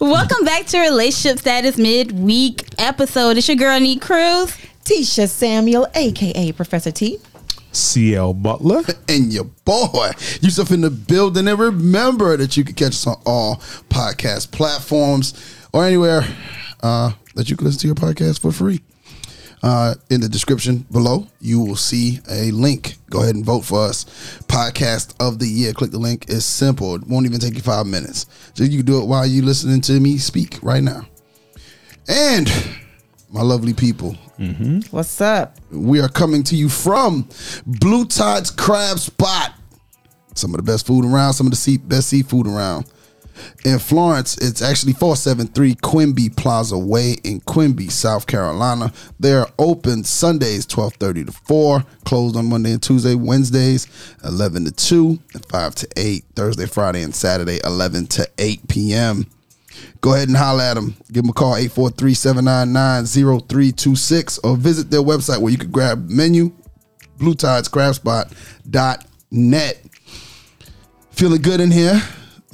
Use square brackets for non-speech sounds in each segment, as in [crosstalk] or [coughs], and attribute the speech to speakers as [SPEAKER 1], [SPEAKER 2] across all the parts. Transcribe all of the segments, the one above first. [SPEAKER 1] Welcome back to Relationship Status Midweek episode. It's your girl, Nee Cruz.
[SPEAKER 2] Tisha Samuel, aka Professor T.
[SPEAKER 3] CL Butler.
[SPEAKER 4] and your boy Yusuf in the building. And remember that you can catch us on all podcast platforms or anywhere uh, that you can listen to your podcast for free. Uh, in the description below, you will see a link. Go ahead and vote for us. Podcast of the year. Click the link. It's simple. It won't even take you five minutes. So you can do it while you listening to me speak right now. And my lovely people,
[SPEAKER 2] What's up?
[SPEAKER 4] we are coming to you from Blue Tide's Crab Spot. Some of the best food around, some of the sea- best seafood around. In Florence, it's actually 473 Quimby Plaza Way in Quimby, South Carolina. They're open Sundays 12:30 to 4, closed on Monday and Tuesday, Wednesdays 11 to 2, and 5 to 8, Thursday, Friday, and Saturday 11 to 8 p.m go ahead and holler at them. Give them a call, 843-799-0326, or visit their website where you can grab menu, bluetidescraftspot.net. Feeling good in here.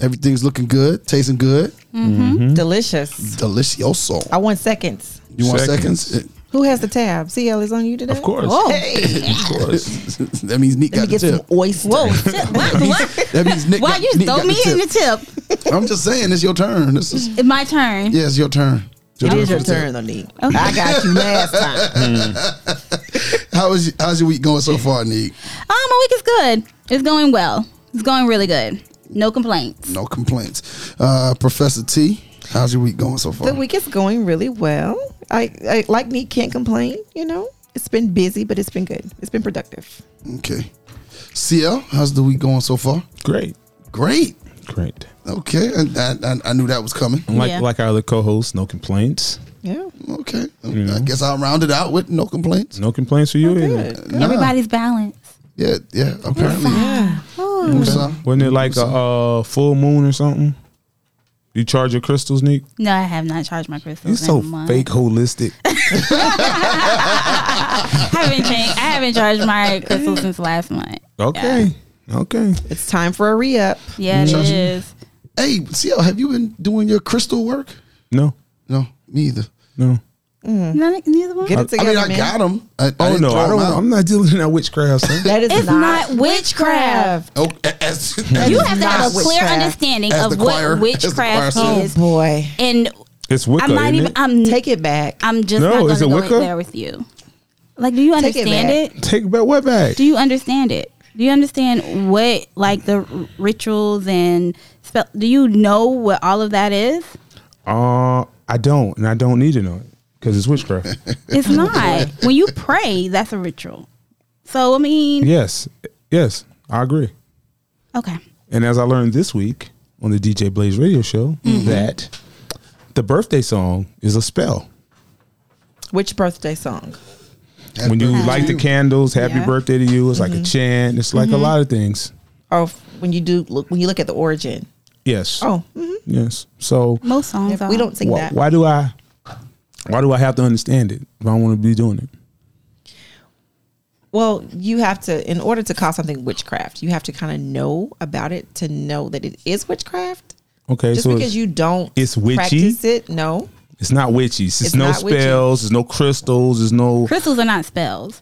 [SPEAKER 4] Everything's looking good, tasting good, Hmm?
[SPEAKER 2] Delicious.
[SPEAKER 4] delicioso.
[SPEAKER 2] I want seconds.
[SPEAKER 4] You want
[SPEAKER 3] Seconds.
[SPEAKER 4] seconds?
[SPEAKER 2] Who has the tab? CL is on you today.
[SPEAKER 3] Of course.
[SPEAKER 1] Whoa.
[SPEAKER 2] Hey,
[SPEAKER 3] [laughs] Of course.
[SPEAKER 4] [laughs] that means Nick
[SPEAKER 2] let me get
[SPEAKER 4] got the
[SPEAKER 2] some
[SPEAKER 4] tip.
[SPEAKER 2] oyster.
[SPEAKER 4] [laughs]
[SPEAKER 1] Whoa. What? what?
[SPEAKER 4] That means Nick
[SPEAKER 1] Why
[SPEAKER 4] got,
[SPEAKER 1] you
[SPEAKER 4] Nick
[SPEAKER 1] throw
[SPEAKER 4] got
[SPEAKER 1] me
[SPEAKER 4] the
[SPEAKER 1] in
[SPEAKER 4] tip.
[SPEAKER 1] the tip?
[SPEAKER 4] I'm just saying, it's your turn. This is
[SPEAKER 1] It's my turn.
[SPEAKER 4] yeah, it's your turn. It's
[SPEAKER 2] It
[SPEAKER 4] your
[SPEAKER 2] is your
[SPEAKER 4] for the tip.
[SPEAKER 2] turn, Onique. I got you last
[SPEAKER 4] [laughs]
[SPEAKER 2] time.
[SPEAKER 4] How is how's your week
[SPEAKER 2] [laughs]
[SPEAKER 4] going so far, Nick?
[SPEAKER 1] Um, my week is good. It's going well. It's going really good. No complaints.
[SPEAKER 4] No complaints. Uh, Professor T, how's your week going so far?
[SPEAKER 2] The week is going really well. I, I like Neat can't complain, you know. It's been busy, but it's been good. It's been productive.
[SPEAKER 4] Okay. CL, how's the week going so far?
[SPEAKER 3] Great.
[SPEAKER 4] Great.
[SPEAKER 3] Great.
[SPEAKER 4] Okay. And I, I, I knew that was coming.
[SPEAKER 3] Like
[SPEAKER 1] Yeah.
[SPEAKER 3] like our other co-hosts, no complaints.
[SPEAKER 2] Yeah.
[SPEAKER 4] Okay. I guess I'll round it out with no complaints.
[SPEAKER 3] No complaints
[SPEAKER 1] Oh,
[SPEAKER 3] for you either.
[SPEAKER 2] Good.
[SPEAKER 4] Nah.
[SPEAKER 1] Everybody's balanced.
[SPEAKER 4] Yeah, yeah, apparently.
[SPEAKER 2] Yeah.
[SPEAKER 4] Musa.
[SPEAKER 3] Wasn't it like a uh, full moon or something? You charge your crystals, Nick?
[SPEAKER 1] No, I have not charged my crystals.
[SPEAKER 3] You're so
[SPEAKER 1] in a month. [laughs]
[SPEAKER 3] fake holistic.
[SPEAKER 1] I haven't changed. I haven't charged my crystals since last month.
[SPEAKER 3] Okay. Okay.
[SPEAKER 2] It's time for a re up.
[SPEAKER 1] Yeah, it is.
[SPEAKER 4] Hey, CL, have you been doing your crystal work?
[SPEAKER 3] No.
[SPEAKER 4] No, me either.
[SPEAKER 3] No.
[SPEAKER 1] None- neither one.
[SPEAKER 2] Get it
[SPEAKER 4] I
[SPEAKER 2] together.
[SPEAKER 4] mean, I
[SPEAKER 2] man.
[SPEAKER 4] got them. I, I
[SPEAKER 3] Oh
[SPEAKER 4] didn't
[SPEAKER 3] no,
[SPEAKER 4] throw
[SPEAKER 3] I
[SPEAKER 4] 'em
[SPEAKER 3] don't
[SPEAKER 4] out.
[SPEAKER 3] I'm not dealing in that
[SPEAKER 1] [laughs]
[SPEAKER 3] witchcraft, son.
[SPEAKER 2] That is
[SPEAKER 1] It's
[SPEAKER 2] not,
[SPEAKER 1] not witchcraft.
[SPEAKER 4] Oh,
[SPEAKER 3] [laughs]
[SPEAKER 4] a- as,
[SPEAKER 1] You
[SPEAKER 4] [laughs]
[SPEAKER 1] have to have a
[SPEAKER 2] Not
[SPEAKER 1] clear
[SPEAKER 2] witchcraft.
[SPEAKER 1] understanding
[SPEAKER 4] As
[SPEAKER 1] of
[SPEAKER 4] the choir-
[SPEAKER 1] what
[SPEAKER 4] as the
[SPEAKER 1] witchcraft
[SPEAKER 4] choir
[SPEAKER 2] Oh
[SPEAKER 1] is,
[SPEAKER 2] boy.
[SPEAKER 1] and
[SPEAKER 3] It's Wicca,
[SPEAKER 1] I'm not
[SPEAKER 3] isn't
[SPEAKER 1] even.
[SPEAKER 3] it?
[SPEAKER 1] I'm.
[SPEAKER 2] Take it back.
[SPEAKER 1] I'm just
[SPEAKER 3] No,
[SPEAKER 1] not
[SPEAKER 3] is
[SPEAKER 1] going
[SPEAKER 3] it
[SPEAKER 1] to go
[SPEAKER 3] Wicca?
[SPEAKER 1] there with you. Like, do you
[SPEAKER 2] Take it
[SPEAKER 1] understand
[SPEAKER 2] back.
[SPEAKER 1] it?
[SPEAKER 3] Take that what back.
[SPEAKER 1] Do you understand it? Do you understand what like the r- rituals and spell? Do you know what all of that is?
[SPEAKER 3] Uh I don't, and I don't need to know it. Because it's witchcraft. [laughs]
[SPEAKER 1] It's not. when you pray, that's a ritual. So I mean,
[SPEAKER 3] yes. Yes. I agree.
[SPEAKER 1] okay.
[SPEAKER 3] And as I learned this week on the DJ Blaze radio show,
[SPEAKER 2] Mm-hmm.
[SPEAKER 3] that the birthday song is a spell.
[SPEAKER 2] Which birthday song?
[SPEAKER 3] when you light the candles, happy
[SPEAKER 2] Yeah. Mm-hmm.
[SPEAKER 3] birthday to you, it's like a chant, it's like a lot of things.
[SPEAKER 2] Or if- when you do look when you look at the origin.
[SPEAKER 3] Yes.
[SPEAKER 2] Oh, mhm.
[SPEAKER 3] Yes. So
[SPEAKER 1] Most songs
[SPEAKER 2] If
[SPEAKER 1] are.
[SPEAKER 2] we don't sing
[SPEAKER 3] wh-
[SPEAKER 2] that.
[SPEAKER 3] why do I why do I have to understand it if I don't want to be doing it?
[SPEAKER 2] Well, you have to in order to call something witchcraft, you have to kind of know about it to know that it is witchcraft.
[SPEAKER 3] Okay,
[SPEAKER 2] Just
[SPEAKER 3] so
[SPEAKER 2] because
[SPEAKER 3] it's,
[SPEAKER 2] you don't
[SPEAKER 3] it's witchy?
[SPEAKER 2] practice it, no.
[SPEAKER 3] it's not witchy. It's,
[SPEAKER 2] It's
[SPEAKER 3] no
[SPEAKER 2] not witchy.
[SPEAKER 3] spells, there's no crystals, there's no
[SPEAKER 1] Crystals are not spells.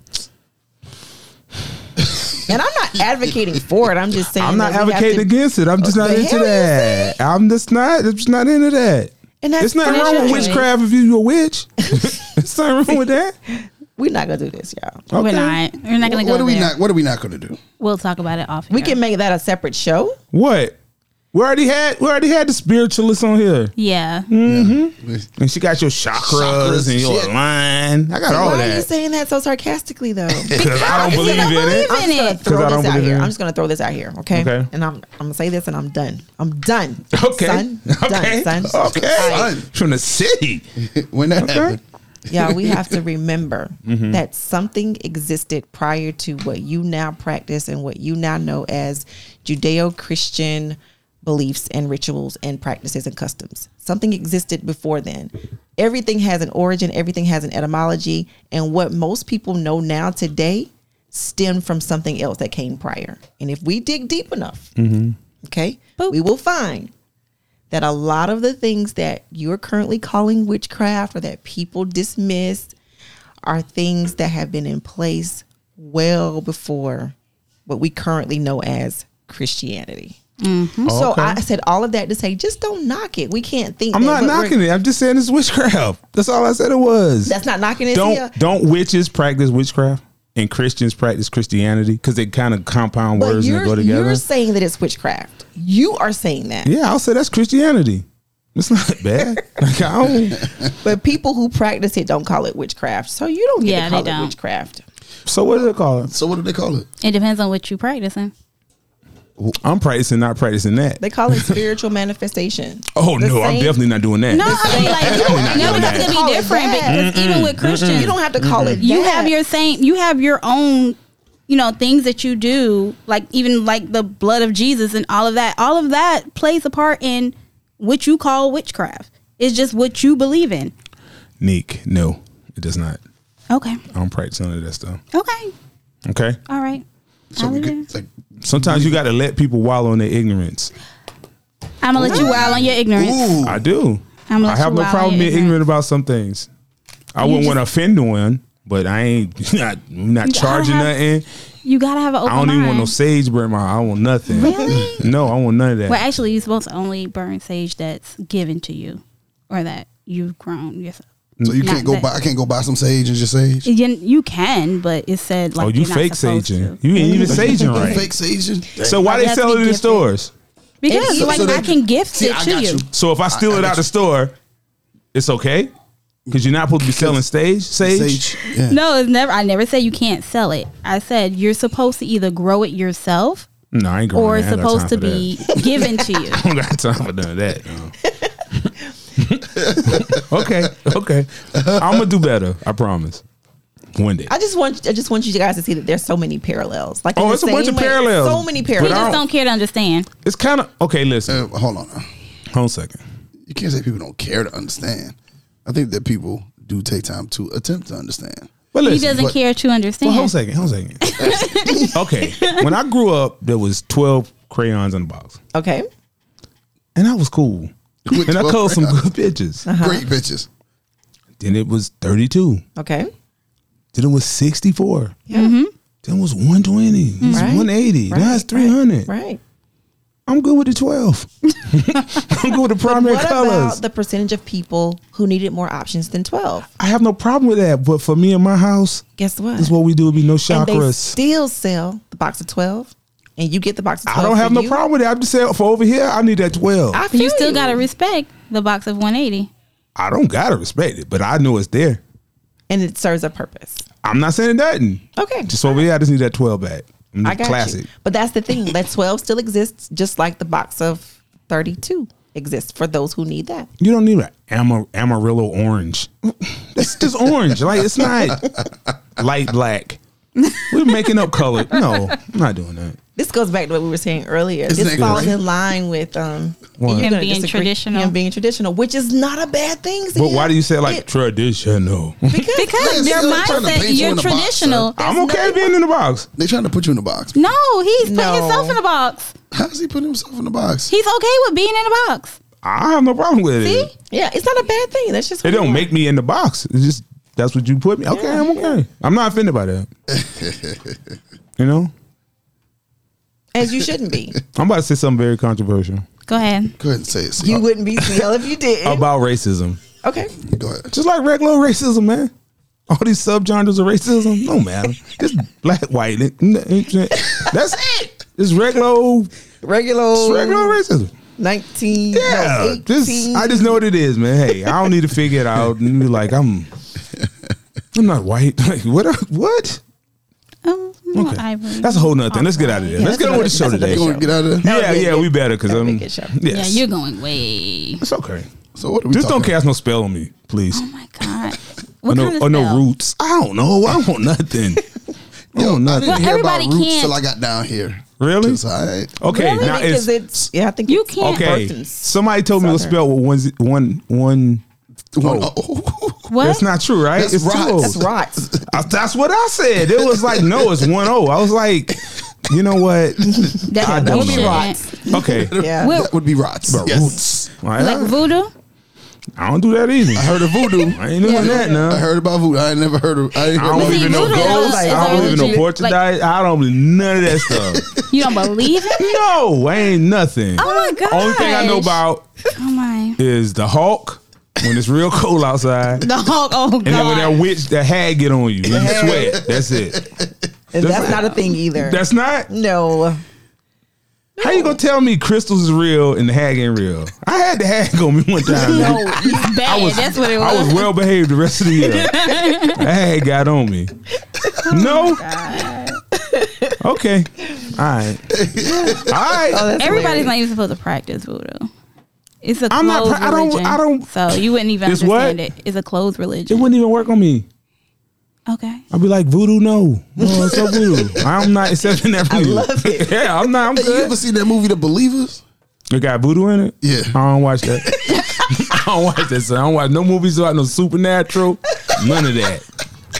[SPEAKER 2] And I'm not advocating for it. I'm just saying
[SPEAKER 3] I'm not
[SPEAKER 2] that we have
[SPEAKER 3] advocating
[SPEAKER 2] to- Uh,
[SPEAKER 3] against it. I'm just not
[SPEAKER 2] the
[SPEAKER 3] into
[SPEAKER 2] hell you
[SPEAKER 3] that. I'm just not. I'm just not into that.
[SPEAKER 2] And that's
[SPEAKER 3] it's not
[SPEAKER 2] fine.
[SPEAKER 3] wrong with witchcraft if you
[SPEAKER 2] [laughs]
[SPEAKER 3] a witch. [laughs] it's not wrong with that.
[SPEAKER 2] We're not gonna do this, y'all.
[SPEAKER 1] We're
[SPEAKER 3] Okay.
[SPEAKER 1] not. We're not
[SPEAKER 4] what,
[SPEAKER 1] going to go
[SPEAKER 4] what are we
[SPEAKER 1] there.
[SPEAKER 4] not? What are we not going to do? [laughs]
[SPEAKER 1] We'll talk about it off.
[SPEAKER 2] We
[SPEAKER 1] air.
[SPEAKER 2] can make that a separate show.
[SPEAKER 3] What? We already had. We already had the spiritualist on here,
[SPEAKER 1] Yeah.
[SPEAKER 3] Hmm. and she got your chakras,
[SPEAKER 4] Chakras,
[SPEAKER 3] and your
[SPEAKER 4] shit.
[SPEAKER 3] line. I got all
[SPEAKER 2] Why are you
[SPEAKER 3] that
[SPEAKER 2] saying that so sarcastically
[SPEAKER 3] [laughs]
[SPEAKER 2] though?
[SPEAKER 3] because I don't
[SPEAKER 1] Because
[SPEAKER 3] believe
[SPEAKER 1] you don't
[SPEAKER 3] in
[SPEAKER 1] believe
[SPEAKER 3] it.
[SPEAKER 2] I'm just gonna
[SPEAKER 1] 'Cause
[SPEAKER 2] throw
[SPEAKER 3] I
[SPEAKER 2] this
[SPEAKER 3] don't
[SPEAKER 2] out
[SPEAKER 3] believe
[SPEAKER 2] here.
[SPEAKER 3] in it.
[SPEAKER 2] I'm just gonna throw this out here, okay?
[SPEAKER 3] Okay.
[SPEAKER 2] And I'm I'm gonna say this, and I'm done. I'm
[SPEAKER 3] [laughs]
[SPEAKER 2] done.
[SPEAKER 3] Okay.
[SPEAKER 2] son.
[SPEAKER 3] okay.
[SPEAKER 2] Done, son.
[SPEAKER 3] Okay.
[SPEAKER 4] Son.
[SPEAKER 3] From the city.
[SPEAKER 4] When that happened,
[SPEAKER 2] Yeah, we have to remember that something existed prior to what you now practice and what you now know as Judeo-Christian beliefs and rituals and practices and customs. Something existed before then. Everything has an origin, everything has an etymology, and what most people know now today stem from something else that came prior. And if we dig deep enough, okay,
[SPEAKER 1] Boop.
[SPEAKER 2] we will find that a lot of the things that you are currently calling witchcraft or that people dismiss are things that have been in place well before what we currently know as Christianity.
[SPEAKER 1] Mm-hmm.
[SPEAKER 2] So
[SPEAKER 3] Oh, Okay.
[SPEAKER 2] I said all of that to say, just don't knock it. We can't think.
[SPEAKER 3] I'm
[SPEAKER 2] that
[SPEAKER 3] not
[SPEAKER 2] what we're-
[SPEAKER 3] knocking it. I'm just saying it's witchcraft. That's all I said it was.
[SPEAKER 2] That's not knocking it.
[SPEAKER 3] don't
[SPEAKER 2] Sia.
[SPEAKER 3] don't witches practice witchcraft and Christians practice Christianity because they kind of compound
[SPEAKER 2] But
[SPEAKER 3] words and
[SPEAKER 2] you're,
[SPEAKER 3] they go
[SPEAKER 2] you're
[SPEAKER 3] together.
[SPEAKER 2] saying that it's witchcraft. You are saying that.
[SPEAKER 3] Yeah, I'll say that's Christianity. It's not [laughs] bad. like I don't.
[SPEAKER 2] But people who practice it don't call it witchcraft. So you don't get
[SPEAKER 1] Yeah,
[SPEAKER 2] to call
[SPEAKER 1] they
[SPEAKER 2] it
[SPEAKER 1] don't.
[SPEAKER 2] witchcraft.
[SPEAKER 3] So what is it called?
[SPEAKER 4] So what do they call it?
[SPEAKER 1] It depends on what you practicing.
[SPEAKER 3] I'm practicing, not practicing that.
[SPEAKER 2] They call it spiritual manifestation.
[SPEAKER 3] Oh
[SPEAKER 2] The
[SPEAKER 3] no, I'm
[SPEAKER 2] same-
[SPEAKER 3] definitely not doing that.
[SPEAKER 1] No, I mean like no,
[SPEAKER 3] doing
[SPEAKER 1] because
[SPEAKER 3] that.
[SPEAKER 1] it's
[SPEAKER 2] Call
[SPEAKER 1] gonna
[SPEAKER 2] it
[SPEAKER 1] be different.
[SPEAKER 2] that.
[SPEAKER 1] Because even with Christians,
[SPEAKER 2] You don't have to call it.
[SPEAKER 1] you
[SPEAKER 2] that.
[SPEAKER 1] have your same you have your own you know things that you do like even like the blood of jesus and all of that all of that plays a part in what you call witchcraft it's just what you believe in
[SPEAKER 3] Neek, no, it does not.
[SPEAKER 1] okay
[SPEAKER 3] I don't practice none of that stuff.
[SPEAKER 1] okay
[SPEAKER 3] Okay.
[SPEAKER 1] all right
[SPEAKER 4] So
[SPEAKER 1] I'll
[SPEAKER 4] we
[SPEAKER 1] leave
[SPEAKER 4] could-
[SPEAKER 1] it
[SPEAKER 4] it's like,
[SPEAKER 3] Sometimes you got to let people wallow in their ignorance.
[SPEAKER 1] there. i'm gonna let you wild on your ignorance
[SPEAKER 4] ooh,
[SPEAKER 3] I do.
[SPEAKER 1] I'm gonna
[SPEAKER 3] I
[SPEAKER 1] let
[SPEAKER 3] have
[SPEAKER 1] you
[SPEAKER 3] no
[SPEAKER 1] wild
[SPEAKER 3] problem
[SPEAKER 1] on your
[SPEAKER 3] being ignorant about some things. I wouldn't want to offend one, but I ain't [laughs] not not
[SPEAKER 1] gotta
[SPEAKER 3] charging
[SPEAKER 1] have-
[SPEAKER 3] nothing.
[SPEAKER 1] you gotta have an open
[SPEAKER 3] I don't even want no
[SPEAKER 1] mind.
[SPEAKER 3] sage burn my. I want nothing.
[SPEAKER 1] Really?
[SPEAKER 3] No, I want none of that.
[SPEAKER 1] well actually you're supposed to only burn sage that's given to you or that you've grown yourself
[SPEAKER 4] so you
[SPEAKER 1] Not
[SPEAKER 4] can't go
[SPEAKER 1] that-
[SPEAKER 4] buy. I can't go buy some sage and just sage.
[SPEAKER 1] you you can but it said like
[SPEAKER 3] oh, you
[SPEAKER 1] you're not
[SPEAKER 3] fake
[SPEAKER 1] supposed
[SPEAKER 3] saging.
[SPEAKER 1] to.
[SPEAKER 3] You ain't even saging right.
[SPEAKER 4] Fake sage. and-
[SPEAKER 3] So
[SPEAKER 1] Oh,
[SPEAKER 3] why they
[SPEAKER 1] you have to
[SPEAKER 3] sell
[SPEAKER 1] be
[SPEAKER 3] it in the
[SPEAKER 1] gifted.
[SPEAKER 3] stores?
[SPEAKER 1] because
[SPEAKER 4] So-
[SPEAKER 1] like
[SPEAKER 4] so they-
[SPEAKER 1] i can gift
[SPEAKER 4] See,
[SPEAKER 1] it
[SPEAKER 4] I
[SPEAKER 1] to
[SPEAKER 4] got
[SPEAKER 1] you
[SPEAKER 3] So if I steal it
[SPEAKER 4] I
[SPEAKER 3] out
[SPEAKER 4] got
[SPEAKER 3] the
[SPEAKER 4] you.
[SPEAKER 3] store, it's okay because you're not supposed to be selling sage sage.
[SPEAKER 4] Sage. Yeah.
[SPEAKER 1] No, it's never. I never said you can't sell it. I said you're supposed to either grow it yourself
[SPEAKER 3] No, I ain't going.
[SPEAKER 1] or
[SPEAKER 3] there.
[SPEAKER 1] it's
[SPEAKER 3] I ain't
[SPEAKER 1] supposed
[SPEAKER 3] got
[SPEAKER 1] to
[SPEAKER 3] time for that.
[SPEAKER 1] be [laughs] given to you.
[SPEAKER 3] [laughs] I don't got time for none of that.
[SPEAKER 4] [laughs]
[SPEAKER 3] no. okay, okay. I'm gonna do better. I promise. One day.
[SPEAKER 2] I just want I just want you guys to see that there's so many parallels. Like
[SPEAKER 3] Oh,
[SPEAKER 2] in the
[SPEAKER 3] it's a bunch
[SPEAKER 2] same
[SPEAKER 3] of
[SPEAKER 2] way-
[SPEAKER 3] parallels.
[SPEAKER 2] So many
[SPEAKER 3] But
[SPEAKER 1] We
[SPEAKER 2] parallels.
[SPEAKER 1] just don't care to understand.
[SPEAKER 3] It's kind of okay. Listen,
[SPEAKER 4] Uh, hold on.
[SPEAKER 3] hold on a second.
[SPEAKER 4] You can't say people don't care to understand. I think that people do take time to attempt to understand.
[SPEAKER 3] But listen,
[SPEAKER 1] He doesn't
[SPEAKER 4] what-
[SPEAKER 1] care to
[SPEAKER 3] Well, hold on a
[SPEAKER 1] understand.
[SPEAKER 3] second. Hold on a
[SPEAKER 2] [laughs]
[SPEAKER 3] second. okay. When I grew up, there was twelve crayons in the box,
[SPEAKER 2] okay.
[SPEAKER 3] and I was cool,
[SPEAKER 4] With
[SPEAKER 3] and I
[SPEAKER 4] 12
[SPEAKER 3] colored some
[SPEAKER 4] crayons.
[SPEAKER 3] good pictures.
[SPEAKER 1] Uh-huh.
[SPEAKER 4] Great bitches.
[SPEAKER 3] Then it was thirty-two.
[SPEAKER 2] Okay.
[SPEAKER 3] Then it was sixty-four.
[SPEAKER 2] Yeah.
[SPEAKER 1] Mm-hmm.
[SPEAKER 3] Then it was one twenty. It was
[SPEAKER 2] Mm-hmm. Right.
[SPEAKER 3] one eighty. Now it's three hundred.
[SPEAKER 2] Right.
[SPEAKER 3] I'm good with the twelve. [laughs] I'm good with the primary
[SPEAKER 2] What
[SPEAKER 3] colors.
[SPEAKER 2] about the percentage of people who needed more options than 12?
[SPEAKER 3] I have no problem with that. But for me and my house,
[SPEAKER 2] Guess what?
[SPEAKER 3] this is what we do. Would be no
[SPEAKER 2] and they
[SPEAKER 3] chakras.
[SPEAKER 2] still sell the box of 12 and you get the box of 12.
[SPEAKER 3] I don't
[SPEAKER 2] for
[SPEAKER 3] have no
[SPEAKER 2] you.
[SPEAKER 3] problem with it. I'm just saying for over here, I need that twelve. I,
[SPEAKER 2] I
[SPEAKER 1] But
[SPEAKER 2] feel
[SPEAKER 1] you still gotta respect the box of 180.
[SPEAKER 3] don't gotta respect it, but I know it's there.
[SPEAKER 2] and it serves a purpose.
[SPEAKER 3] I'm not saying nothing.
[SPEAKER 2] Okay.
[SPEAKER 3] Just over here, I just need that twelve back. I'm the
[SPEAKER 2] I got
[SPEAKER 3] classic.
[SPEAKER 2] you. But that's the thing. That 12 still exists just like the box of 32 exists for those who need that.
[SPEAKER 3] You don't need an amar- amarillo orange. That's just orange. Like it's not light black. We're making up color. No, I'm not doing that.
[SPEAKER 2] This goes back to what we were saying earlier.
[SPEAKER 4] Isn't
[SPEAKER 2] this
[SPEAKER 4] that
[SPEAKER 2] falls
[SPEAKER 4] great?
[SPEAKER 2] in line with um
[SPEAKER 3] What?
[SPEAKER 2] you're
[SPEAKER 1] Him
[SPEAKER 2] gonna
[SPEAKER 1] being
[SPEAKER 2] disagree-
[SPEAKER 1] traditional.
[SPEAKER 2] him being traditional, which is not a bad thing.
[SPEAKER 3] But
[SPEAKER 2] Sia.
[SPEAKER 3] why do you say like
[SPEAKER 2] It-
[SPEAKER 3] traditional?
[SPEAKER 2] because,
[SPEAKER 1] Because their
[SPEAKER 4] Yeah, see, they're trying to paint
[SPEAKER 1] mindset,
[SPEAKER 4] you
[SPEAKER 1] you're
[SPEAKER 4] in a box,
[SPEAKER 1] traditional.
[SPEAKER 3] I'm okay
[SPEAKER 2] nothing-
[SPEAKER 3] being in the box.
[SPEAKER 4] They trying to put you in a box.
[SPEAKER 1] No, he's put
[SPEAKER 2] No.
[SPEAKER 1] himself in a box.
[SPEAKER 4] How does he put himself in a box?
[SPEAKER 1] He's okay with being in a box.
[SPEAKER 3] I have no problem with it.
[SPEAKER 1] See?
[SPEAKER 2] yeah, it's not a bad thing. That's just
[SPEAKER 3] It
[SPEAKER 2] who
[SPEAKER 3] don't
[SPEAKER 2] you
[SPEAKER 3] make me in the box. It's just that's what you put me. Okay,
[SPEAKER 2] Yeah.
[SPEAKER 3] I'm okay. I'm not offended by that.
[SPEAKER 2] [laughs]
[SPEAKER 3] you know,
[SPEAKER 2] are, as you shouldn't
[SPEAKER 3] [laughs]
[SPEAKER 2] be.
[SPEAKER 3] I'm about to say something very controversial
[SPEAKER 1] Go ahead.
[SPEAKER 4] Go ahead and say it. Sia.
[SPEAKER 2] You wouldn't be Sia, if you didn't.
[SPEAKER 3] about racism.
[SPEAKER 2] Okay,
[SPEAKER 4] Go ahead.
[SPEAKER 3] Just like regular racism, man. All these subgenres of racism, no matter. Just black, white. n- n- n- That's it. It's regular, old- it's
[SPEAKER 2] regular,
[SPEAKER 3] regular racism.
[SPEAKER 2] nineteen. no,
[SPEAKER 3] Yeah, just
[SPEAKER 2] 18.
[SPEAKER 3] I just know what it is, man. Hey, I don't need to figure it out. And be like, I'm, I'm not white. [laughs] Like, what? What?
[SPEAKER 1] Um, no,
[SPEAKER 3] Okay.
[SPEAKER 1] Ivory.
[SPEAKER 3] That's a whole nother thing. Let's get out of there. Let's
[SPEAKER 2] that's
[SPEAKER 3] get on with the show
[SPEAKER 2] another-
[SPEAKER 3] today.
[SPEAKER 4] You want to get out of there?
[SPEAKER 2] That
[SPEAKER 3] Yeah,
[SPEAKER 2] would be a
[SPEAKER 3] yeah,
[SPEAKER 2] good-
[SPEAKER 3] we better because
[SPEAKER 2] that would be
[SPEAKER 3] I'm.
[SPEAKER 2] a good show.
[SPEAKER 3] Yes.
[SPEAKER 1] Yeah, you're going way.
[SPEAKER 3] it's okay.
[SPEAKER 4] So what are we
[SPEAKER 3] Just don't
[SPEAKER 4] talking about?
[SPEAKER 3] cast no spell on me, please.
[SPEAKER 2] Um,
[SPEAKER 1] Oh my god.
[SPEAKER 3] Or
[SPEAKER 1] What
[SPEAKER 3] no,
[SPEAKER 1] kind of
[SPEAKER 3] or no
[SPEAKER 1] spell?
[SPEAKER 3] roots. I don't know. I want nothing.
[SPEAKER 2] [laughs]
[SPEAKER 3] I
[SPEAKER 4] Yo,
[SPEAKER 3] want
[SPEAKER 4] I
[SPEAKER 3] nothing.
[SPEAKER 4] didn't hear about
[SPEAKER 1] everybody
[SPEAKER 4] roots
[SPEAKER 1] can't-
[SPEAKER 4] till I got down here.
[SPEAKER 3] Really?
[SPEAKER 4] It's all right.
[SPEAKER 3] Okay,
[SPEAKER 2] Really?
[SPEAKER 3] now
[SPEAKER 2] because
[SPEAKER 3] it's,
[SPEAKER 2] it's yeah. I think
[SPEAKER 1] You
[SPEAKER 2] it's
[SPEAKER 1] can't-
[SPEAKER 3] okay.
[SPEAKER 2] Burton's.
[SPEAKER 3] Somebody told me it was
[SPEAKER 2] Southern.
[SPEAKER 3] spelled with one z- one one.
[SPEAKER 4] One-
[SPEAKER 3] oh.
[SPEAKER 4] oh. [laughs]
[SPEAKER 1] What?
[SPEAKER 3] That's not true, right?
[SPEAKER 4] That's
[SPEAKER 3] it's
[SPEAKER 4] right.
[SPEAKER 3] two O's.
[SPEAKER 2] That's rots.
[SPEAKER 3] I- that's what I said. It was like no, it's one O. I was like, you know what?
[SPEAKER 1] That
[SPEAKER 3] I
[SPEAKER 1] we
[SPEAKER 3] don't
[SPEAKER 1] shouldn't.
[SPEAKER 3] know. Okay.
[SPEAKER 1] [laughs]
[SPEAKER 2] Yeah.
[SPEAKER 1] We're-
[SPEAKER 3] [laughs]
[SPEAKER 4] That would be rots.
[SPEAKER 3] But
[SPEAKER 4] Yes.
[SPEAKER 3] roots. Like,
[SPEAKER 1] like
[SPEAKER 3] I,
[SPEAKER 1] voodoo.
[SPEAKER 3] I don't do that either.
[SPEAKER 4] I heard of voodoo.
[SPEAKER 3] I ain't doing that now.
[SPEAKER 4] I heard about voodoo. I ain't never heard of. I
[SPEAKER 3] I
[SPEAKER 4] ain't heard
[SPEAKER 3] don't
[SPEAKER 4] about
[SPEAKER 1] see,
[SPEAKER 3] believe in no
[SPEAKER 1] voodoo
[SPEAKER 3] ghosts.
[SPEAKER 1] is
[SPEAKER 3] I don't believe in no
[SPEAKER 1] legit.
[SPEAKER 3] portrait
[SPEAKER 1] Like-
[SPEAKER 3] diet. I don't believe none of that stuff.
[SPEAKER 1] You don't believe it?
[SPEAKER 3] no, ain't nothing.
[SPEAKER 1] Oh my god!
[SPEAKER 3] Only thing I know about
[SPEAKER 1] Oh
[SPEAKER 3] [laughs]
[SPEAKER 1] my.
[SPEAKER 3] is the Hulk when it's real cold outside.
[SPEAKER 1] The Hulk. Oh
[SPEAKER 3] And then when
[SPEAKER 1] god.
[SPEAKER 3] that witch, that hag get on you, and you sweat. That's it.
[SPEAKER 2] And that's
[SPEAKER 3] [laughs]
[SPEAKER 2] not a thing either.
[SPEAKER 3] That's not.
[SPEAKER 2] no.
[SPEAKER 3] How you gonna tell me crystals is real and the hag ain't real? I had the hag on me one time.
[SPEAKER 2] No.
[SPEAKER 3] man.
[SPEAKER 1] Bad. That's what it
[SPEAKER 3] I was
[SPEAKER 1] was.
[SPEAKER 3] well behaved the rest of the year. that hag got on me. No. Okay. All right. All right.
[SPEAKER 2] Oh,
[SPEAKER 1] Everybody's
[SPEAKER 2] that's hilarious.
[SPEAKER 1] not even supposed to practice voodoo. It's a closed
[SPEAKER 3] I'm not pra- I don't-
[SPEAKER 1] religion.
[SPEAKER 3] I don't-
[SPEAKER 1] So you wouldn't even
[SPEAKER 3] It's what?
[SPEAKER 1] understand it. It's a closed
[SPEAKER 3] It
[SPEAKER 1] religion.
[SPEAKER 3] wouldn't even work on me.
[SPEAKER 1] Okay.
[SPEAKER 3] I'd be like voodoo. No, no, it's no voodoo. I'm not accepting that. Voodoo. I love it. [laughs] yeah, I'm not. I'm
[SPEAKER 4] You
[SPEAKER 3] good.
[SPEAKER 4] ever seen that movie, The Believers?
[SPEAKER 3] It got voodoo in it.
[SPEAKER 4] Yeah.
[SPEAKER 3] I don't watch
[SPEAKER 2] [laughs]
[SPEAKER 3] that. [laughs] I don't watch that. Son. I don't watch no movies about no supernatural. None of that.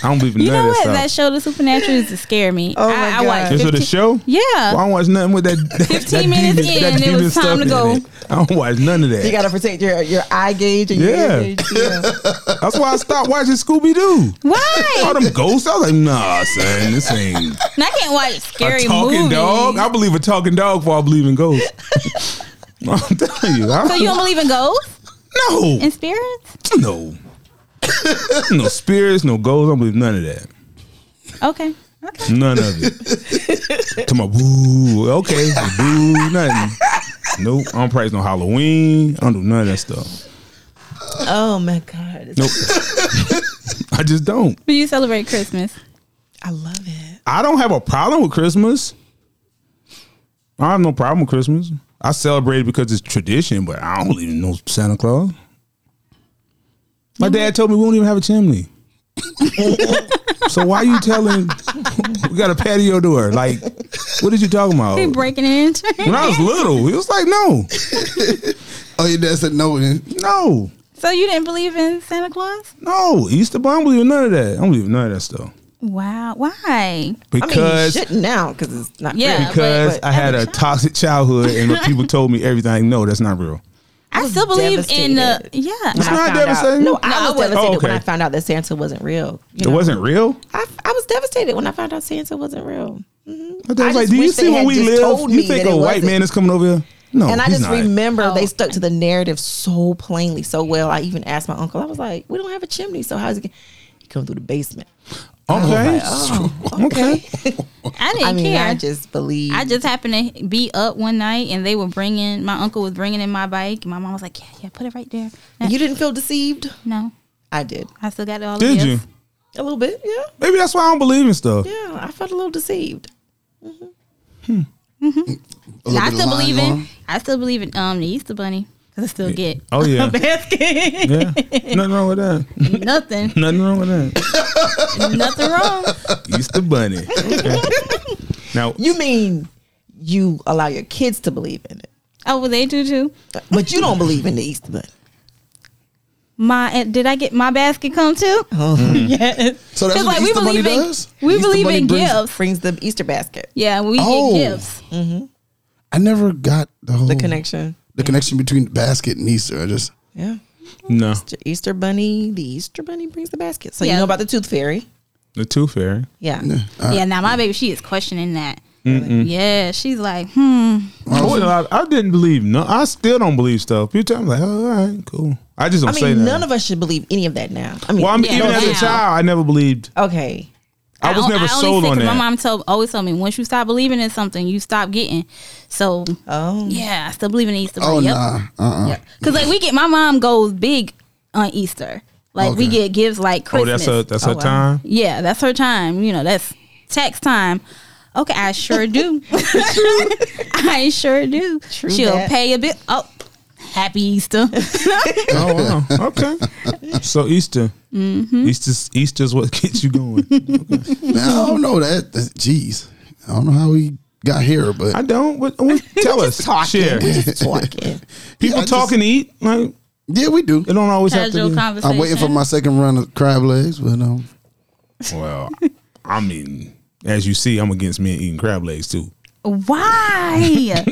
[SPEAKER 3] I don't believe in
[SPEAKER 1] You
[SPEAKER 3] none
[SPEAKER 1] know
[SPEAKER 3] of that
[SPEAKER 1] what?
[SPEAKER 3] stuff.
[SPEAKER 1] That show, The Supernatural, used to scare me.
[SPEAKER 2] Oh
[SPEAKER 1] I,
[SPEAKER 2] my
[SPEAKER 1] I
[SPEAKER 2] God.
[SPEAKER 1] watched.
[SPEAKER 3] This is the
[SPEAKER 1] 15
[SPEAKER 3] show.
[SPEAKER 1] Yeah.
[SPEAKER 3] Well, I don't watch nothing with that. that
[SPEAKER 1] 15 minutes in, it was time
[SPEAKER 3] stuff
[SPEAKER 1] to
[SPEAKER 3] in
[SPEAKER 1] go.
[SPEAKER 3] it. I don't watch none of that.
[SPEAKER 2] You gotta protect your your eye gauge and your
[SPEAKER 3] Yeah.
[SPEAKER 2] ear gauge. Yeah.
[SPEAKER 3] That's why I stopped watching Scooby Doo. All [laughs]
[SPEAKER 1] Why?
[SPEAKER 3] them ghosts. I was like, nah, son, this ain't
[SPEAKER 1] And I can't watch scary
[SPEAKER 3] a talking
[SPEAKER 1] movies.
[SPEAKER 3] dog. I believe a talking dog before I believe in ghosts.
[SPEAKER 1] [laughs]
[SPEAKER 3] I'm telling you. I
[SPEAKER 1] so you don't believe in ghosts
[SPEAKER 3] don't,
[SPEAKER 1] and spirits?
[SPEAKER 3] no, no, no spirits, no ghosts. I don't believe none of that.
[SPEAKER 1] Okay.
[SPEAKER 3] [laughs] None of it. to my boo. Okay. Boo. Nothing. Nope. I don't practice no Halloween. I don't do none of that stuff.
[SPEAKER 2] [laughs] Oh my god.
[SPEAKER 3] Nope. [laughs] I just don't.
[SPEAKER 1] But you celebrate Christmas.
[SPEAKER 2] I love it.
[SPEAKER 3] I don't have a problem with Christmas. I have no problem with Christmas. I celebrate it because it's tradition, but I don't even know Santa Claus. My dad told me we don't even have a chimney. so why you telling [laughs] we got a patio door? Like, what did you talking about?
[SPEAKER 1] They breaking it
[SPEAKER 3] Oh. When
[SPEAKER 1] into.
[SPEAKER 3] I was little, he was like, no,
[SPEAKER 4] Oh, your dad said no. Then
[SPEAKER 3] no,
[SPEAKER 1] [laughs] so you didn't believe in Santa Claus?
[SPEAKER 3] no. Easter, but I don't believe in none of that. I don't believe in none of that stuff.
[SPEAKER 1] Wow. Why?
[SPEAKER 2] I mean, you
[SPEAKER 3] Because
[SPEAKER 2] shouldn't now because it's not.
[SPEAKER 1] Yeah.
[SPEAKER 2] real.
[SPEAKER 1] but-
[SPEAKER 3] because
[SPEAKER 1] but
[SPEAKER 3] I had
[SPEAKER 1] as
[SPEAKER 3] a
[SPEAKER 1] a child-
[SPEAKER 3] toxic childhood
[SPEAKER 2] [laughs]
[SPEAKER 3] and when people told me everything, no, that's not real.
[SPEAKER 1] I
[SPEAKER 2] was
[SPEAKER 1] still believe in the.
[SPEAKER 2] devastated.
[SPEAKER 1] Yeah.
[SPEAKER 2] When I
[SPEAKER 3] not
[SPEAKER 2] found out-
[SPEAKER 3] devastating.
[SPEAKER 2] No,
[SPEAKER 1] No, I
[SPEAKER 2] I
[SPEAKER 1] wasn't.
[SPEAKER 2] was devastated
[SPEAKER 3] Oh, okay.
[SPEAKER 2] when I found out that Santa wasn't real. you
[SPEAKER 3] It
[SPEAKER 2] know?
[SPEAKER 3] wasn't real.
[SPEAKER 2] I, I was devastated when I found out Santa wasn't real. Mm-hmm.
[SPEAKER 3] My dad was like,
[SPEAKER 2] just
[SPEAKER 3] do you
[SPEAKER 2] wish
[SPEAKER 3] see
[SPEAKER 2] they
[SPEAKER 3] where
[SPEAKER 2] had
[SPEAKER 3] we
[SPEAKER 2] just
[SPEAKER 3] live?
[SPEAKER 2] told
[SPEAKER 3] You
[SPEAKER 2] me
[SPEAKER 3] think
[SPEAKER 2] that it
[SPEAKER 3] a white
[SPEAKER 2] wasn't."
[SPEAKER 3] man is coming over here? No,
[SPEAKER 2] and I
[SPEAKER 3] he's
[SPEAKER 2] just
[SPEAKER 3] not.
[SPEAKER 2] remember
[SPEAKER 1] Oh.
[SPEAKER 2] they stuck to the narrative so plainly, so well. I even asked my uncle. I was like, "We don't have a chimney, so how's it?" Get-? He come through the basement.
[SPEAKER 3] Okay,
[SPEAKER 2] Oh,
[SPEAKER 3] [laughs] okay.
[SPEAKER 1] I didn't
[SPEAKER 2] [laughs] I mean,
[SPEAKER 1] care.
[SPEAKER 2] I just believe.
[SPEAKER 1] I just happened to be up one night and they were bringing my uncle was bringing in my bike. My mom was like, "Yeah, yeah, put it right there." And I-
[SPEAKER 2] you didn't feel deceived.
[SPEAKER 1] no,
[SPEAKER 2] I did
[SPEAKER 1] I still got all.
[SPEAKER 3] Did
[SPEAKER 1] the
[SPEAKER 3] you?
[SPEAKER 1] gifts.
[SPEAKER 2] a little bit. Yeah,
[SPEAKER 3] Maybe that's why I don't believe in stuff.
[SPEAKER 2] yeah. I felt a little deceived.
[SPEAKER 4] a little
[SPEAKER 1] I
[SPEAKER 4] bit of
[SPEAKER 1] still
[SPEAKER 4] lying
[SPEAKER 1] believe
[SPEAKER 4] going
[SPEAKER 1] in.
[SPEAKER 4] on.
[SPEAKER 1] I still believe in um the Easter Bunny because I still get [laughs]
[SPEAKER 3] Oh yeah,
[SPEAKER 1] basket. [laughs]
[SPEAKER 3] yeah. Nothing wrong
[SPEAKER 2] [laughs]
[SPEAKER 3] with that. [laughs]
[SPEAKER 1] nothing,
[SPEAKER 3] Nothing wrong with that.
[SPEAKER 1] nothing wrong.
[SPEAKER 2] [laughs]
[SPEAKER 3] Easter bunny. Okay. Now
[SPEAKER 2] You mean you allow your kids to believe in it,
[SPEAKER 1] Oh, well, they do too.
[SPEAKER 2] but you don't believe in the Easter [laughs] Bunny.
[SPEAKER 1] My uh, did I get my basket come too? Yes.
[SPEAKER 4] So that's
[SPEAKER 1] 'Cause,
[SPEAKER 4] what the
[SPEAKER 1] we
[SPEAKER 4] Easter Bunny
[SPEAKER 1] believe in
[SPEAKER 4] does?
[SPEAKER 1] we
[SPEAKER 4] Easter
[SPEAKER 1] believe
[SPEAKER 4] Bunny
[SPEAKER 1] in
[SPEAKER 4] brings-
[SPEAKER 1] gifts.
[SPEAKER 2] Brings the Easter basket.
[SPEAKER 1] Yeah, we
[SPEAKER 4] Oh.
[SPEAKER 1] get gifts.
[SPEAKER 4] I never got the whole
[SPEAKER 2] The connection.
[SPEAKER 4] the connection between the basket and Easter. I just
[SPEAKER 2] Yeah.
[SPEAKER 3] no,
[SPEAKER 2] The Easter bunny, the Easter bunny brings the basket. So you
[SPEAKER 1] Yeah.
[SPEAKER 2] know about the tooth fairy.
[SPEAKER 3] the tooth fairy.
[SPEAKER 2] Yeah.
[SPEAKER 4] Uh,
[SPEAKER 1] yeah, now my baby, she is questioning that. Yeah, she's like, hmm.
[SPEAKER 3] I, wasn't allowed- I didn't believe no. I still don't believe stuff. You tell me like, oh, all right, cool. I just
[SPEAKER 2] I
[SPEAKER 3] don't say
[SPEAKER 2] mean,
[SPEAKER 3] that.
[SPEAKER 2] none of us should believe any of that now. I mean,
[SPEAKER 3] well, I'm,
[SPEAKER 1] Yeah,
[SPEAKER 3] even as a
[SPEAKER 1] now.
[SPEAKER 3] child, I never believed.
[SPEAKER 2] okay.
[SPEAKER 3] I was
[SPEAKER 1] on-
[SPEAKER 3] never
[SPEAKER 1] only
[SPEAKER 3] sold
[SPEAKER 1] say
[SPEAKER 3] on
[SPEAKER 1] 'cause
[SPEAKER 3] that.
[SPEAKER 1] My mom told always told me once you stop believing in something, you stop getting. So
[SPEAKER 2] Oh.
[SPEAKER 1] yeah, I still believe in Easter.
[SPEAKER 4] oh
[SPEAKER 1] Bunny. yep.
[SPEAKER 4] nah, uh uh
[SPEAKER 1] Cause like we get my mom goes big on Easter. Like we
[SPEAKER 4] Okay.
[SPEAKER 1] get gifts like
[SPEAKER 3] oh,
[SPEAKER 1] Christmas.
[SPEAKER 3] that's a that's
[SPEAKER 2] Oh,
[SPEAKER 3] her
[SPEAKER 2] wow.
[SPEAKER 1] [laughs]
[SPEAKER 3] time.
[SPEAKER 1] yeah, that's her time. You know, that's tax time. Okay, I sure do. [laughs] I sure do.
[SPEAKER 2] True
[SPEAKER 1] She'll
[SPEAKER 2] that.
[SPEAKER 1] pay a bit. Oh, happy Easter.
[SPEAKER 3] Oh, wow. okay. So Easter, Easter's Easter's what [laughs] gets you going.
[SPEAKER 4] Man, I don't know that. That's- Jeez, I don't know how he got here, but
[SPEAKER 3] I don't. What, what, tell us.
[SPEAKER 2] Talking.
[SPEAKER 3] Share.
[SPEAKER 2] We just
[SPEAKER 3] [laughs]
[SPEAKER 2] talking.
[SPEAKER 3] People
[SPEAKER 4] I just-
[SPEAKER 3] talk and eat. Like
[SPEAKER 4] yeah, we do.
[SPEAKER 3] it don't always have to.
[SPEAKER 1] Casual
[SPEAKER 3] Be.
[SPEAKER 1] conversation.
[SPEAKER 4] I'm waiting for my second run of crab legs, but um,
[SPEAKER 3] Well, I mean, as you see, I'm against men eating crab legs too.
[SPEAKER 1] Why?
[SPEAKER 3] [laughs]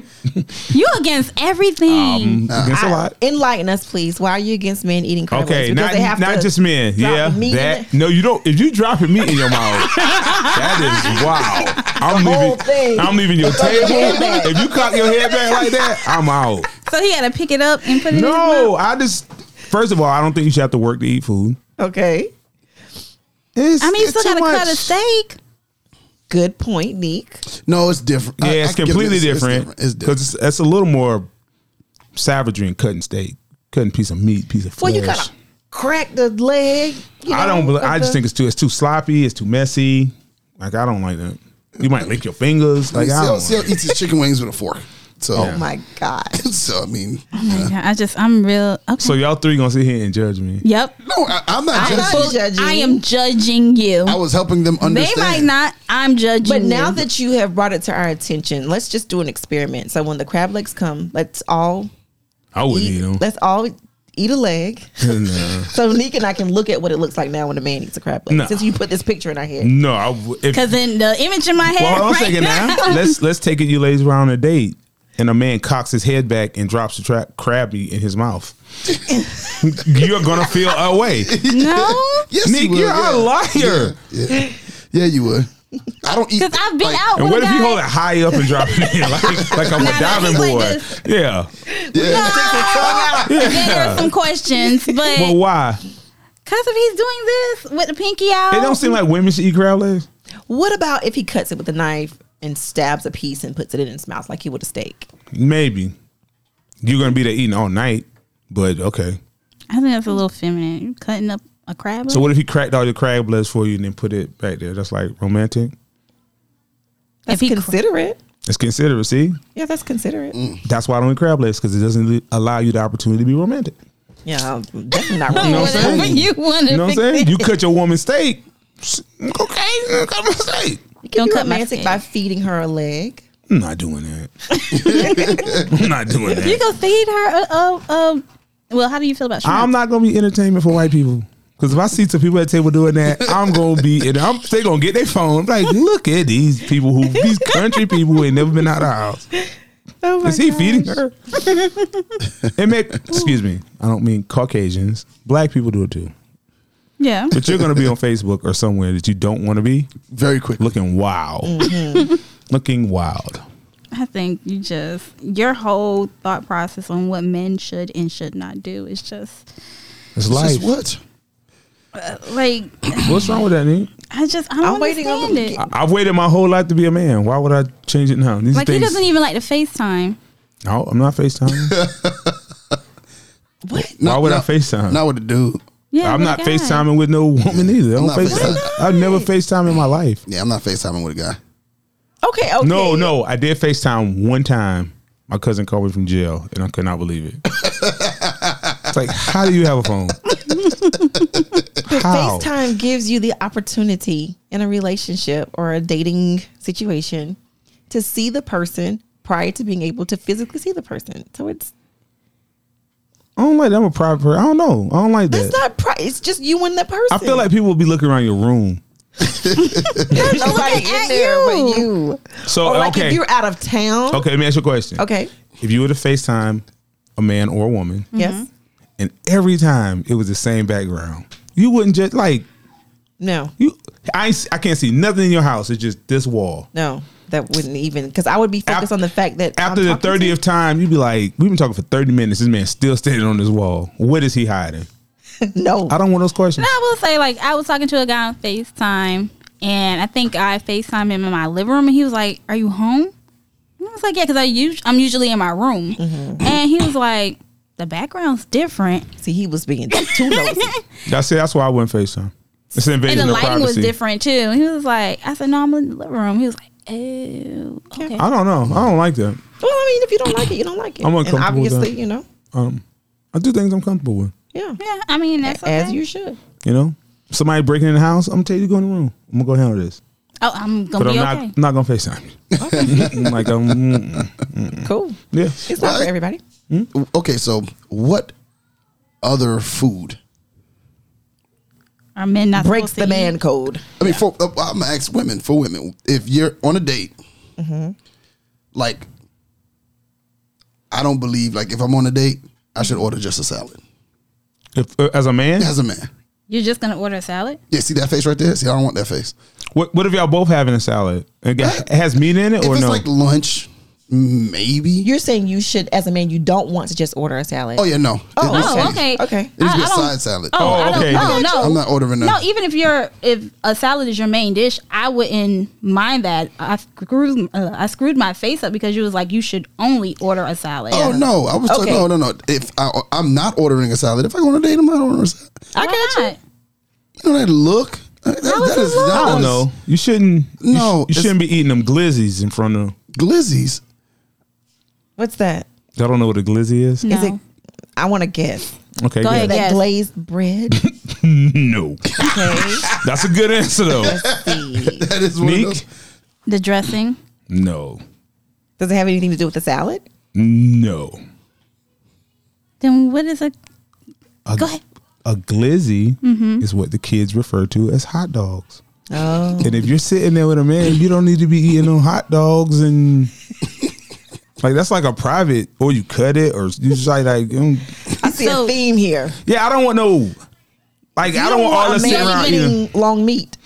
[SPEAKER 1] you against everything.
[SPEAKER 3] Against a lot.
[SPEAKER 2] Enlighten us, please. Why are you against men eating crab
[SPEAKER 3] Okay,
[SPEAKER 2] legs? Because
[SPEAKER 3] not, not
[SPEAKER 2] to
[SPEAKER 3] just men.
[SPEAKER 2] drop
[SPEAKER 3] Yeah,
[SPEAKER 2] meat in
[SPEAKER 3] that
[SPEAKER 2] it.
[SPEAKER 3] no, you don't. If you dropping meat in your mouth,
[SPEAKER 2] [laughs]
[SPEAKER 3] that is wow. I'm
[SPEAKER 2] whole
[SPEAKER 3] leaving.
[SPEAKER 2] thing.
[SPEAKER 3] I'm leaving your table. if you cock your head back like that, I'm out.
[SPEAKER 1] so he had to pick it up and put it in his mouth.
[SPEAKER 3] No, I just first of all, I don't think you should have to work to eat food.
[SPEAKER 2] Okay.
[SPEAKER 3] It's,
[SPEAKER 1] I mean, you
[SPEAKER 3] it's
[SPEAKER 1] still
[SPEAKER 3] too
[SPEAKER 1] got to
[SPEAKER 3] much.
[SPEAKER 1] cut a steak.
[SPEAKER 2] Good point, Neek.
[SPEAKER 4] No, it's different.
[SPEAKER 3] Yeah,
[SPEAKER 4] I- I
[SPEAKER 3] it's
[SPEAKER 4] can give
[SPEAKER 3] completely
[SPEAKER 4] it-
[SPEAKER 3] different because
[SPEAKER 4] It's different. It's different.
[SPEAKER 3] it's, it's a little more savagery in cutting steak, cutting piece of meat, piece of
[SPEAKER 2] Well,
[SPEAKER 3] flesh.
[SPEAKER 2] you gotta crack the leg. you
[SPEAKER 3] I
[SPEAKER 2] know,
[SPEAKER 3] don't. bel
[SPEAKER 2] of
[SPEAKER 3] I just
[SPEAKER 2] the-
[SPEAKER 3] think it's too. It's too sloppy. It's too messy. Like I don't like that. You might lick your fingers. Like
[SPEAKER 4] Like,
[SPEAKER 3] I
[SPEAKER 4] Seal,
[SPEAKER 3] don't.
[SPEAKER 4] Seal
[SPEAKER 3] Like
[SPEAKER 4] eats his chicken wings with a fork. So,
[SPEAKER 2] Oh my god.
[SPEAKER 4] [laughs] so I mean,
[SPEAKER 1] Oh my God, I just, I'm real. Okay.
[SPEAKER 3] so y'all three gonna sit here and judge me?
[SPEAKER 1] yep.
[SPEAKER 4] no, I, I'm not
[SPEAKER 2] I'm
[SPEAKER 4] judging.
[SPEAKER 2] not
[SPEAKER 1] Full-
[SPEAKER 2] judging.
[SPEAKER 1] I am judging you.
[SPEAKER 4] I was helping them
[SPEAKER 1] They
[SPEAKER 4] understand.
[SPEAKER 1] might not. I'm judging.
[SPEAKER 2] But now
[SPEAKER 1] you.
[SPEAKER 2] that you have brought it to our attention, let's just do an experiment. So when the crab legs come, let's all
[SPEAKER 3] I wouldn't eat
[SPEAKER 2] eat, let's all eat a leg.
[SPEAKER 1] [laughs]
[SPEAKER 3] them. no,
[SPEAKER 2] So Neek and I can look at what it looks like now when a man eats a crab leg.
[SPEAKER 3] No.
[SPEAKER 2] Since you put this picture in our head.
[SPEAKER 3] no. I w- if,
[SPEAKER 1] because in the image in my head,
[SPEAKER 3] well, hold on a
[SPEAKER 1] right
[SPEAKER 3] second now. [laughs] Let's let's take it. You ladies were on a date, and a man cocks his head back and drops a tra- crab meat in
[SPEAKER 1] [laughs]
[SPEAKER 3] his mouth. you're gonna feel a way.
[SPEAKER 1] no,
[SPEAKER 4] [laughs] Yes,
[SPEAKER 3] Nick,
[SPEAKER 4] you would,
[SPEAKER 3] you're
[SPEAKER 4] yeah.
[SPEAKER 3] a liar.
[SPEAKER 4] Yeah, yeah. Yeah, you would. I don't eat.
[SPEAKER 1] because I've been
[SPEAKER 4] like,
[SPEAKER 1] out.
[SPEAKER 3] And
[SPEAKER 1] with
[SPEAKER 3] what
[SPEAKER 1] a
[SPEAKER 3] if you
[SPEAKER 1] guy-
[SPEAKER 3] hold it high up and drop it in like, like I'm
[SPEAKER 1] Oh Nah,
[SPEAKER 3] a
[SPEAKER 1] nah,
[SPEAKER 3] diving
[SPEAKER 1] he's like
[SPEAKER 3] board?
[SPEAKER 1] this.
[SPEAKER 3] Yeah.
[SPEAKER 1] No. There are some
[SPEAKER 3] [laughs]
[SPEAKER 1] questions, but
[SPEAKER 3] Well, why?
[SPEAKER 1] because if he's doing this with the pinky out,
[SPEAKER 3] It don't seem like women should eat crab legs.
[SPEAKER 2] What about if he cuts it with a knife and stabs a piece and puts it in his mouth like he would a steak?
[SPEAKER 3] Maybe you're gonna be there eating all night, but okay.
[SPEAKER 1] I think that's a little feminine. You cutting up a crab.
[SPEAKER 3] So what if he cracked all your crab legs for you and then put it back there? That's like romantic.
[SPEAKER 1] If
[SPEAKER 2] That's
[SPEAKER 1] he cr-
[SPEAKER 2] considerate.
[SPEAKER 3] It's considerate. See,
[SPEAKER 2] yeah, that's considerate.
[SPEAKER 3] that's why I don't eat crab legs because it doesn't li- allow you the opportunity to be romantic.
[SPEAKER 2] Yeah, definitely not
[SPEAKER 1] leg?
[SPEAKER 2] wrong.
[SPEAKER 3] know what I'm
[SPEAKER 2] [laughs]
[SPEAKER 3] saying?
[SPEAKER 1] Whatever you want to
[SPEAKER 3] You know what I'm saying? You cut your woman's steak. s- Okay, cut my steak.
[SPEAKER 2] You can
[SPEAKER 1] Don't
[SPEAKER 2] be
[SPEAKER 1] cut my
[SPEAKER 2] romantic
[SPEAKER 1] steak.
[SPEAKER 2] by feeding her a leg.
[SPEAKER 3] I'm not doing that. I'm not doing that. [laughs]
[SPEAKER 1] You go feed her. Uh, uh, uh, well, how do you feel about shrimp?
[SPEAKER 3] I'm not gonna be entertainment for white people. Cause if I see some people at the table doing that, I'm gonna be and I'm they gonna get their phone. Like, look at these people who these country people who ain't never been out of the house.
[SPEAKER 2] Oh my
[SPEAKER 3] Is he feeding her? it may excuse me, I don't mean Caucasians. Black people do it too.
[SPEAKER 1] yeah.
[SPEAKER 3] But you're gonna be on Facebook or somewhere that you don't wanna be
[SPEAKER 4] very quickly.
[SPEAKER 3] looking wild.
[SPEAKER 2] Mm-hmm.
[SPEAKER 3] looking wild.
[SPEAKER 1] I think you just your whole thought process on what men should and should not do is just
[SPEAKER 3] It's
[SPEAKER 4] It's
[SPEAKER 3] life.
[SPEAKER 4] just what?
[SPEAKER 1] like
[SPEAKER 3] What's wrong with that, Nick?
[SPEAKER 1] I just I don't
[SPEAKER 2] I'm waiting on
[SPEAKER 1] understand
[SPEAKER 2] the-
[SPEAKER 1] it.
[SPEAKER 3] I- I've waited my whole life to be a man. Why would I change it now? These
[SPEAKER 1] Like he
[SPEAKER 3] things.
[SPEAKER 1] doesn't e- even like to FaceTime.
[SPEAKER 3] no, I'm not FaceTime.
[SPEAKER 2] What?
[SPEAKER 3] Why would I
[SPEAKER 4] not-
[SPEAKER 3] FaceTime?
[SPEAKER 4] Not with the dude.
[SPEAKER 1] Yeah,
[SPEAKER 3] I'm
[SPEAKER 1] with
[SPEAKER 3] not
[SPEAKER 1] a guy.
[SPEAKER 3] FaceTiming with no woman either. I don't
[SPEAKER 4] not
[SPEAKER 3] FaceTime.
[SPEAKER 4] FaceTiming.
[SPEAKER 3] I've never FaceTime in my life.
[SPEAKER 4] Yeah, I'm not FaceTiming with a guy.
[SPEAKER 2] Okay, okay.
[SPEAKER 3] No, no. I did FaceTime one time. My cousin called me from jail and I could not believe it. it's like, how do you have a phone? how?
[SPEAKER 2] FaceTime gives you the opportunity in a relationship or a dating situation to see the person prior to being able to physically see the person. So it's
[SPEAKER 3] I don't like that. I'm a private person. I don't know. I don't like that.
[SPEAKER 2] that's not pri- it's just you and the person.
[SPEAKER 3] I feel like people will be looking around your room.
[SPEAKER 2] there's
[SPEAKER 3] [laughs]
[SPEAKER 2] nobody
[SPEAKER 1] looking at
[SPEAKER 2] in there
[SPEAKER 1] you.
[SPEAKER 2] but you.
[SPEAKER 3] So,
[SPEAKER 2] Or like
[SPEAKER 3] Oh, okay.
[SPEAKER 2] if you're out of town.
[SPEAKER 3] Okay, let me ask you a question.
[SPEAKER 2] Okay.
[SPEAKER 3] If you were to FaceTime a man or a woman,
[SPEAKER 2] Yes.
[SPEAKER 3] and every time it was the same background, you wouldn't just like,
[SPEAKER 2] No.
[SPEAKER 3] You, I, ain't- I can't see nothing in your house. It's just this wall.
[SPEAKER 2] No. That wouldn't even because I would be focused
[SPEAKER 3] Af-
[SPEAKER 2] on the fact that I'm
[SPEAKER 3] After the
[SPEAKER 2] talking to
[SPEAKER 3] thirtieth time, you'd be like, "We've been talking for thirty minutes. This man's still standing on this wall. What is he hiding?"
[SPEAKER 2] you. [laughs] No.
[SPEAKER 3] I don't want those questions.
[SPEAKER 1] [laughs] No, I will say, like, I was talking to a guy on FaceTime, and I think I FaceTimed him in my living room, and he was like, Are you home? And I was like, Yeah, because us- I'm usually in my room. And he was like, The background's different. [laughs]
[SPEAKER 2] See, he was
[SPEAKER 3] [laughs]
[SPEAKER 2] being too nosy.
[SPEAKER 3] That's it. That's why I wouldn't FaceTime. It's an
[SPEAKER 1] And
[SPEAKER 3] invasion
[SPEAKER 1] the
[SPEAKER 3] of
[SPEAKER 1] lighting was
[SPEAKER 3] privacy.
[SPEAKER 1] different, too. He was like, I said, No, I'm in the living room. He was like, Oh, okay.
[SPEAKER 3] I don't know. I don't like that.
[SPEAKER 2] well, I mean, if you don't like it, you don't like it.
[SPEAKER 3] I'm
[SPEAKER 2] and
[SPEAKER 3] uncomfortable with
[SPEAKER 2] obviously,
[SPEAKER 3] that.
[SPEAKER 2] you know,
[SPEAKER 3] Um, I do things I'm comfortable with.
[SPEAKER 2] yeah,
[SPEAKER 1] Yeah, I mean, that's okay.
[SPEAKER 2] as you should.
[SPEAKER 3] You know, somebody breaking in the house. I'm gonna tell you to go in the room. I'm gonna go handle this,
[SPEAKER 1] Oh, I'm going
[SPEAKER 3] but
[SPEAKER 1] to
[SPEAKER 3] I'm
[SPEAKER 1] be
[SPEAKER 3] not
[SPEAKER 1] okay.
[SPEAKER 3] I'm not gonna
[SPEAKER 1] [laughs]
[SPEAKER 3] FaceTime. you. I'm [laughs] like, um, mm,
[SPEAKER 2] Cool.
[SPEAKER 3] yeah.
[SPEAKER 2] It's not for
[SPEAKER 4] What?
[SPEAKER 2] everybody.
[SPEAKER 4] Okay, so what other food?
[SPEAKER 1] Are men not
[SPEAKER 2] Breaks
[SPEAKER 1] supposed
[SPEAKER 2] the
[SPEAKER 1] to
[SPEAKER 2] man
[SPEAKER 1] eat?
[SPEAKER 2] code.
[SPEAKER 4] uh,
[SPEAKER 1] Mm-hmm.
[SPEAKER 4] I mean, for, I'm gonna ask women for women. If you're on a date like I don't believe like if I'm on a date, I should order just a salad.
[SPEAKER 3] If, uh, as a man,
[SPEAKER 4] As a man.
[SPEAKER 1] You're just gonna order a salad?
[SPEAKER 4] Yeah, see that face right there? See, I don't want that face.
[SPEAKER 3] what what if y'all both having a salad? It, got, it has meat in it
[SPEAKER 4] If
[SPEAKER 3] Oh, or
[SPEAKER 4] it's
[SPEAKER 3] no?
[SPEAKER 4] like lunch, maybe.
[SPEAKER 2] You're saying you should, as a man, you don't want to just order a salad.
[SPEAKER 4] Oh yeah, no.
[SPEAKER 2] Oh,
[SPEAKER 4] It-
[SPEAKER 1] Oh,
[SPEAKER 2] Okay.
[SPEAKER 1] okay.
[SPEAKER 2] Okay.
[SPEAKER 4] It needs to be
[SPEAKER 1] I-
[SPEAKER 4] a
[SPEAKER 1] I don't-
[SPEAKER 4] side salad.
[SPEAKER 1] Oh,
[SPEAKER 3] Oh,
[SPEAKER 1] I don't-
[SPEAKER 3] okay.
[SPEAKER 1] No, no.
[SPEAKER 4] I'm not ordering that.
[SPEAKER 1] No, even if you're if a salad is your main dish, I wouldn't mind that. I screwed uh, I screwed my face up because you was like you should only order a salad.
[SPEAKER 4] Oh no! I was talking.
[SPEAKER 2] Okay.
[SPEAKER 4] No, no, no. If I, I'm not ordering a salad, if I go on a date, I'm not ordering a salad.
[SPEAKER 2] I
[SPEAKER 1] Why
[SPEAKER 2] got you.
[SPEAKER 1] not?
[SPEAKER 4] You know that look. That,
[SPEAKER 1] How is
[SPEAKER 4] that
[SPEAKER 1] it
[SPEAKER 4] is,
[SPEAKER 1] look?
[SPEAKER 4] that
[SPEAKER 3] I don't
[SPEAKER 4] is-
[SPEAKER 3] know. You shouldn't. you sh-
[SPEAKER 4] No,
[SPEAKER 3] you,
[SPEAKER 4] it's-
[SPEAKER 3] shouldn't be eating them glizzies in front of.
[SPEAKER 4] Glizzies.
[SPEAKER 2] What's that?
[SPEAKER 3] Y'all don't know what a glizzy is.
[SPEAKER 1] No.
[SPEAKER 2] Is it? I want to guess.
[SPEAKER 3] Okay,
[SPEAKER 1] Go
[SPEAKER 3] yeah.
[SPEAKER 1] ahead.
[SPEAKER 2] That
[SPEAKER 1] Yes.
[SPEAKER 2] glazed [laughs] bread.
[SPEAKER 3] no,
[SPEAKER 2] Okay.
[SPEAKER 3] [laughs] that's a good answer though.
[SPEAKER 2] Let's see.
[SPEAKER 4] [laughs] That is one of
[SPEAKER 3] Neek,
[SPEAKER 4] those.
[SPEAKER 1] the dressing?
[SPEAKER 3] no,
[SPEAKER 2] Does it have anything to do with the salad?
[SPEAKER 3] no.
[SPEAKER 1] Then what is a
[SPEAKER 3] A,
[SPEAKER 1] Go ahead.
[SPEAKER 3] A glizzy is what the kids refer to as hot dogs.
[SPEAKER 2] Oh.
[SPEAKER 3] And if you're sitting there with a man, you don't need to be eating no hot dogs and [laughs] like that's like a private, or you cut it, or you just like, like mm.
[SPEAKER 2] I see
[SPEAKER 1] So-
[SPEAKER 2] a theme here.
[SPEAKER 3] yeah, I don't want no, like I don't want all
[SPEAKER 2] a
[SPEAKER 3] that sitting
[SPEAKER 2] man
[SPEAKER 3] around eating.
[SPEAKER 2] eating long meat.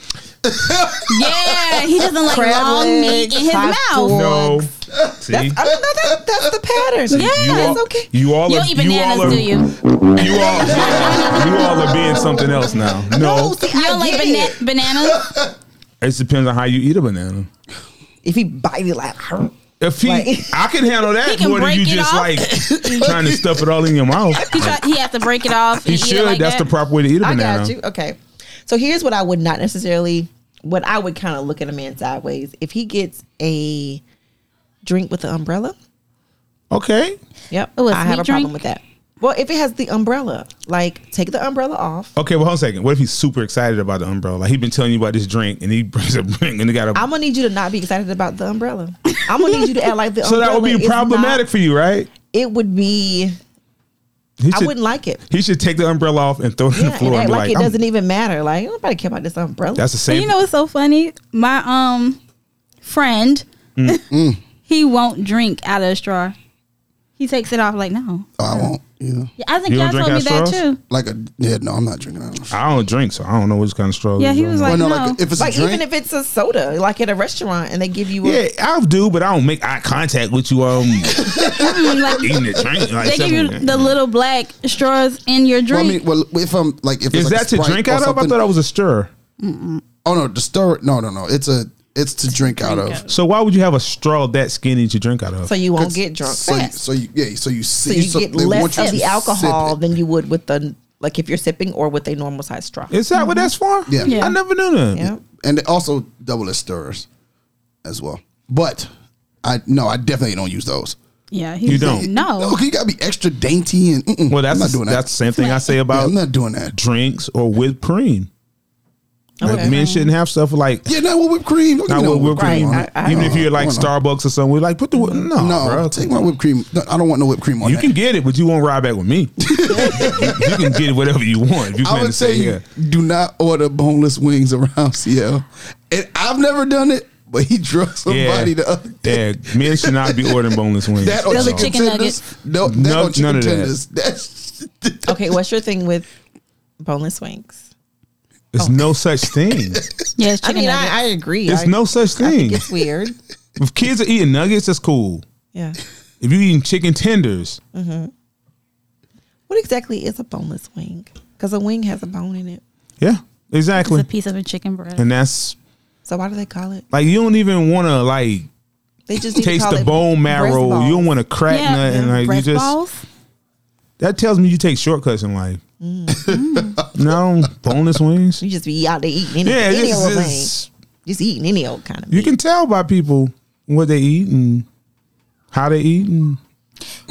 [SPEAKER 1] Yeah, he doesn't like
[SPEAKER 2] Crab
[SPEAKER 1] long meat
[SPEAKER 2] legs,
[SPEAKER 1] in his
[SPEAKER 2] hot
[SPEAKER 1] mouth.
[SPEAKER 2] dog.
[SPEAKER 3] No, see,
[SPEAKER 2] I don't know that, that's the pattern.
[SPEAKER 1] Yeah.
[SPEAKER 3] you all,
[SPEAKER 2] That's okay.
[SPEAKER 3] you all,
[SPEAKER 1] You
[SPEAKER 3] are,
[SPEAKER 1] don't eat
[SPEAKER 3] you all,
[SPEAKER 1] bananas,
[SPEAKER 3] are,
[SPEAKER 1] do you? You
[SPEAKER 3] you all,
[SPEAKER 1] [laughs]
[SPEAKER 3] you all are being something else now. No,
[SPEAKER 2] see, I
[SPEAKER 1] don't like
[SPEAKER 2] get
[SPEAKER 1] bana-
[SPEAKER 2] it.
[SPEAKER 1] bananas?
[SPEAKER 3] it depends on how you eat a banana.
[SPEAKER 2] If he bite it like,
[SPEAKER 3] If he,
[SPEAKER 2] Like-
[SPEAKER 3] I can handle that
[SPEAKER 1] He can
[SPEAKER 3] more than
[SPEAKER 1] break
[SPEAKER 3] you
[SPEAKER 1] it
[SPEAKER 3] just
[SPEAKER 1] off. [laughs]
[SPEAKER 3] like trying to stuff it all in your mouth.
[SPEAKER 1] He, try, he has to break it off.
[SPEAKER 3] He
[SPEAKER 1] and eat it
[SPEAKER 3] should.
[SPEAKER 1] like
[SPEAKER 3] That's
[SPEAKER 1] that.
[SPEAKER 3] the proper way to eat a
[SPEAKER 2] I
[SPEAKER 3] banana.
[SPEAKER 2] got you. Okay. So here's what I would not necessarily, what I would kind of look at a man sideways. If he gets a drink with the umbrella,
[SPEAKER 3] Okay.
[SPEAKER 2] yep,
[SPEAKER 1] Oh, a
[SPEAKER 2] I have
[SPEAKER 1] sweet
[SPEAKER 2] a problem
[SPEAKER 1] drink?
[SPEAKER 2] with that. Well, if it has the umbrella, like take the umbrella off.
[SPEAKER 3] Okay, well, hold on a second. What if he's super excited about the umbrella? Like he's been telling you about this drink, and he [laughs] brings a drink, and he got a.
[SPEAKER 2] I'm gonna need you to not be excited about the umbrella. I'm gonna need you to act like the
[SPEAKER 3] [laughs] so
[SPEAKER 2] umbrella.
[SPEAKER 3] that would
[SPEAKER 2] is
[SPEAKER 3] be
[SPEAKER 2] not-
[SPEAKER 3] problematic for you, right?
[SPEAKER 2] it would be.
[SPEAKER 3] He
[SPEAKER 2] I wouldn't like it.
[SPEAKER 3] He should take the umbrella off and throw it on
[SPEAKER 2] Yeah,
[SPEAKER 3] the
[SPEAKER 2] and
[SPEAKER 3] floor. And
[SPEAKER 2] act
[SPEAKER 3] be
[SPEAKER 2] like,
[SPEAKER 3] like,
[SPEAKER 2] it
[SPEAKER 3] I'm-
[SPEAKER 2] doesn't e- even matter. Like nobody care about this umbrella.
[SPEAKER 3] That's the
[SPEAKER 1] And
[SPEAKER 3] same.
[SPEAKER 1] you know what's so funny? My um friend,
[SPEAKER 3] Mm.
[SPEAKER 1] [laughs] he won't drink out of a straw. He takes it off like no.
[SPEAKER 4] Oh, I won't. either.
[SPEAKER 1] Yeah, I think
[SPEAKER 3] You
[SPEAKER 1] y'all
[SPEAKER 3] don't
[SPEAKER 1] told me
[SPEAKER 3] drink out
[SPEAKER 1] that
[SPEAKER 3] of straws?
[SPEAKER 1] too.
[SPEAKER 4] Like a yeah. No, I'm not drinking. I don't.
[SPEAKER 3] I don't drink, so I don't know which kind of straw.
[SPEAKER 1] Yeah,
[SPEAKER 3] is
[SPEAKER 1] he
[SPEAKER 3] on
[SPEAKER 1] was
[SPEAKER 3] it.
[SPEAKER 1] like,
[SPEAKER 4] Well, no,
[SPEAKER 1] no.
[SPEAKER 4] like if it's
[SPEAKER 2] like
[SPEAKER 4] a drink,
[SPEAKER 2] even if it's a soda, like at a restaurant, and they give you a,
[SPEAKER 3] Yeah, I do, but I don't make eye contact with you. Um,
[SPEAKER 1] Mm,
[SPEAKER 3] [laughs]
[SPEAKER 1] like,
[SPEAKER 3] eating the drink.
[SPEAKER 1] [laughs]
[SPEAKER 3] Like,
[SPEAKER 1] they give you
[SPEAKER 3] something.
[SPEAKER 1] the little black straws in your
[SPEAKER 4] well, I
[SPEAKER 1] drink.
[SPEAKER 4] mean, well, if I'm like, if
[SPEAKER 3] is
[SPEAKER 4] it's like
[SPEAKER 3] that to
[SPEAKER 4] a Sprite
[SPEAKER 3] drink
[SPEAKER 4] or
[SPEAKER 3] out of? I
[SPEAKER 4] something-
[SPEAKER 3] thought I was a stirrer.
[SPEAKER 4] Oh no, the stir. No, no, no. It's a. It's to drink out of.
[SPEAKER 3] So why would you have a straw that skinny to drink out of?
[SPEAKER 2] so you won't get drunk.
[SPEAKER 4] So, you,
[SPEAKER 2] fast.
[SPEAKER 4] so you, yeah. So you see.
[SPEAKER 2] So you get
[SPEAKER 4] they want
[SPEAKER 2] less
[SPEAKER 4] you
[SPEAKER 2] of
[SPEAKER 4] to
[SPEAKER 2] the
[SPEAKER 4] sip
[SPEAKER 2] alcohol
[SPEAKER 4] it.
[SPEAKER 2] than you would with the like if you're sipping or with a normal size straw.
[SPEAKER 3] Is that what
[SPEAKER 1] Mm-hmm.
[SPEAKER 3] that's for?
[SPEAKER 4] Yeah. Yeah.
[SPEAKER 3] I never knew that.
[SPEAKER 2] yeah.
[SPEAKER 4] and they also double as stirrers, as well. But I no, I definitely don't use those.
[SPEAKER 1] yeah, he
[SPEAKER 3] You
[SPEAKER 1] was like,
[SPEAKER 3] don't.
[SPEAKER 4] No,
[SPEAKER 1] No,
[SPEAKER 4] you gotta be extra dainty and. Mm-mm,
[SPEAKER 3] Well, that's
[SPEAKER 4] I'm not doing
[SPEAKER 3] that's the same
[SPEAKER 1] [laughs]
[SPEAKER 3] thing I say
[SPEAKER 4] that. Yeah,
[SPEAKER 3] about
[SPEAKER 4] I'm not doing that.
[SPEAKER 3] drinks or whipped cream. Like
[SPEAKER 2] Okay.
[SPEAKER 3] men shouldn't have stuff like
[SPEAKER 4] Yeah, not with whipped cream. Don't give
[SPEAKER 3] not
[SPEAKER 4] me no
[SPEAKER 3] with whipped cream.
[SPEAKER 2] Right, I- I
[SPEAKER 3] Even
[SPEAKER 4] don't
[SPEAKER 3] if you're
[SPEAKER 4] know.
[SPEAKER 3] like
[SPEAKER 4] I don't know.
[SPEAKER 3] Starbucks or something, we're like put the whi- no,
[SPEAKER 4] No,
[SPEAKER 3] bro.
[SPEAKER 4] take my whipped cream. No, I don't want no whipped cream on
[SPEAKER 3] Oh, you
[SPEAKER 4] that.
[SPEAKER 3] can get it, but you won't ride back with
[SPEAKER 4] [laughs]
[SPEAKER 3] me. you can get whatever you want. If you
[SPEAKER 4] I
[SPEAKER 3] plan to
[SPEAKER 4] would say
[SPEAKER 3] say
[SPEAKER 4] you
[SPEAKER 3] yeah.
[SPEAKER 4] do not order boneless wings [laughs] around CL. And I've never done it, but he [laughs] drug
[SPEAKER 3] Yeah,
[SPEAKER 4] somebody the other day.
[SPEAKER 3] yeah. Men should not be ordering boneless wings.
[SPEAKER 4] That or
[SPEAKER 1] Those are
[SPEAKER 4] chicken,
[SPEAKER 1] chicken
[SPEAKER 4] tenders. No, that
[SPEAKER 3] No,
[SPEAKER 4] or chicken
[SPEAKER 3] none of that.
[SPEAKER 4] tenders. [laughs] That's
[SPEAKER 2] Okay, what's your thing with boneless wings?
[SPEAKER 3] It's no such thing.
[SPEAKER 1] yeah, it's
[SPEAKER 2] I
[SPEAKER 1] chicken
[SPEAKER 2] mean,
[SPEAKER 1] nuggets.
[SPEAKER 2] I, I agree.
[SPEAKER 3] It's
[SPEAKER 2] I,
[SPEAKER 3] no such
[SPEAKER 2] I think
[SPEAKER 3] thing.
[SPEAKER 2] it's weird.
[SPEAKER 3] If kids are eating nuggets, that's cool.
[SPEAKER 2] [laughs] Yeah.
[SPEAKER 3] If you eating chicken tenders,
[SPEAKER 2] What exactly is a boneless wing? Because a wing has a bone in it.
[SPEAKER 3] yeah,
[SPEAKER 1] it's
[SPEAKER 3] exactly.
[SPEAKER 1] a piece of a chicken breast.
[SPEAKER 3] And that's
[SPEAKER 2] So why do they call it?
[SPEAKER 3] like you don't even want to like
[SPEAKER 2] They just need to
[SPEAKER 3] taste
[SPEAKER 2] call
[SPEAKER 3] the
[SPEAKER 2] it
[SPEAKER 3] bone
[SPEAKER 2] breast
[SPEAKER 3] marrow.
[SPEAKER 2] balls.
[SPEAKER 3] You don't want to crack
[SPEAKER 1] Yeah,
[SPEAKER 3] nothing. Like you
[SPEAKER 1] breast
[SPEAKER 3] just
[SPEAKER 1] balls.
[SPEAKER 3] that tells me you take shortcuts in life.
[SPEAKER 1] Mm.
[SPEAKER 3] [laughs] no boneless wings.
[SPEAKER 2] You just be out there eating any,
[SPEAKER 3] Yeah,
[SPEAKER 2] any
[SPEAKER 3] this
[SPEAKER 2] old thing.
[SPEAKER 3] is
[SPEAKER 2] Just eating any old kind of.
[SPEAKER 3] you
[SPEAKER 2] meat.
[SPEAKER 3] can tell by people what they eat and how they eat, and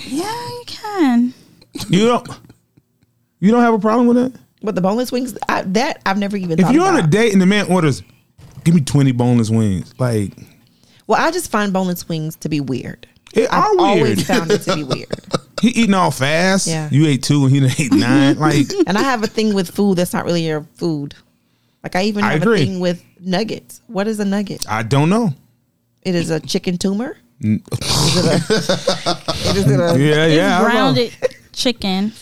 [SPEAKER 1] Yeah, you can.
[SPEAKER 3] you don't you don't have a problem with that.
[SPEAKER 2] But the boneless wings, I, that I've never even.
[SPEAKER 3] If
[SPEAKER 2] thought
[SPEAKER 3] you're on
[SPEAKER 2] about.
[SPEAKER 3] a date and the man orders, give me twenty boneless wings, like
[SPEAKER 2] well, I just find boneless wings to be weird.
[SPEAKER 3] it
[SPEAKER 2] I've
[SPEAKER 3] are weird.
[SPEAKER 2] always found it to
[SPEAKER 3] [laughs]
[SPEAKER 2] be weird.
[SPEAKER 3] he eating all fast.
[SPEAKER 2] Yeah.
[SPEAKER 3] You ate two and he done ate nine. Like
[SPEAKER 2] And I have a thing with food that's not really your food. Like I even
[SPEAKER 3] I
[SPEAKER 2] have a [laughs]
[SPEAKER 3] agree.
[SPEAKER 2] thing with nuggets. What is a nugget?
[SPEAKER 3] I don't know.
[SPEAKER 2] It is a chicken tumor. [laughs] Is it a-
[SPEAKER 3] Yeah,
[SPEAKER 1] It's
[SPEAKER 3] yeah. I know.
[SPEAKER 1] grounded chicken.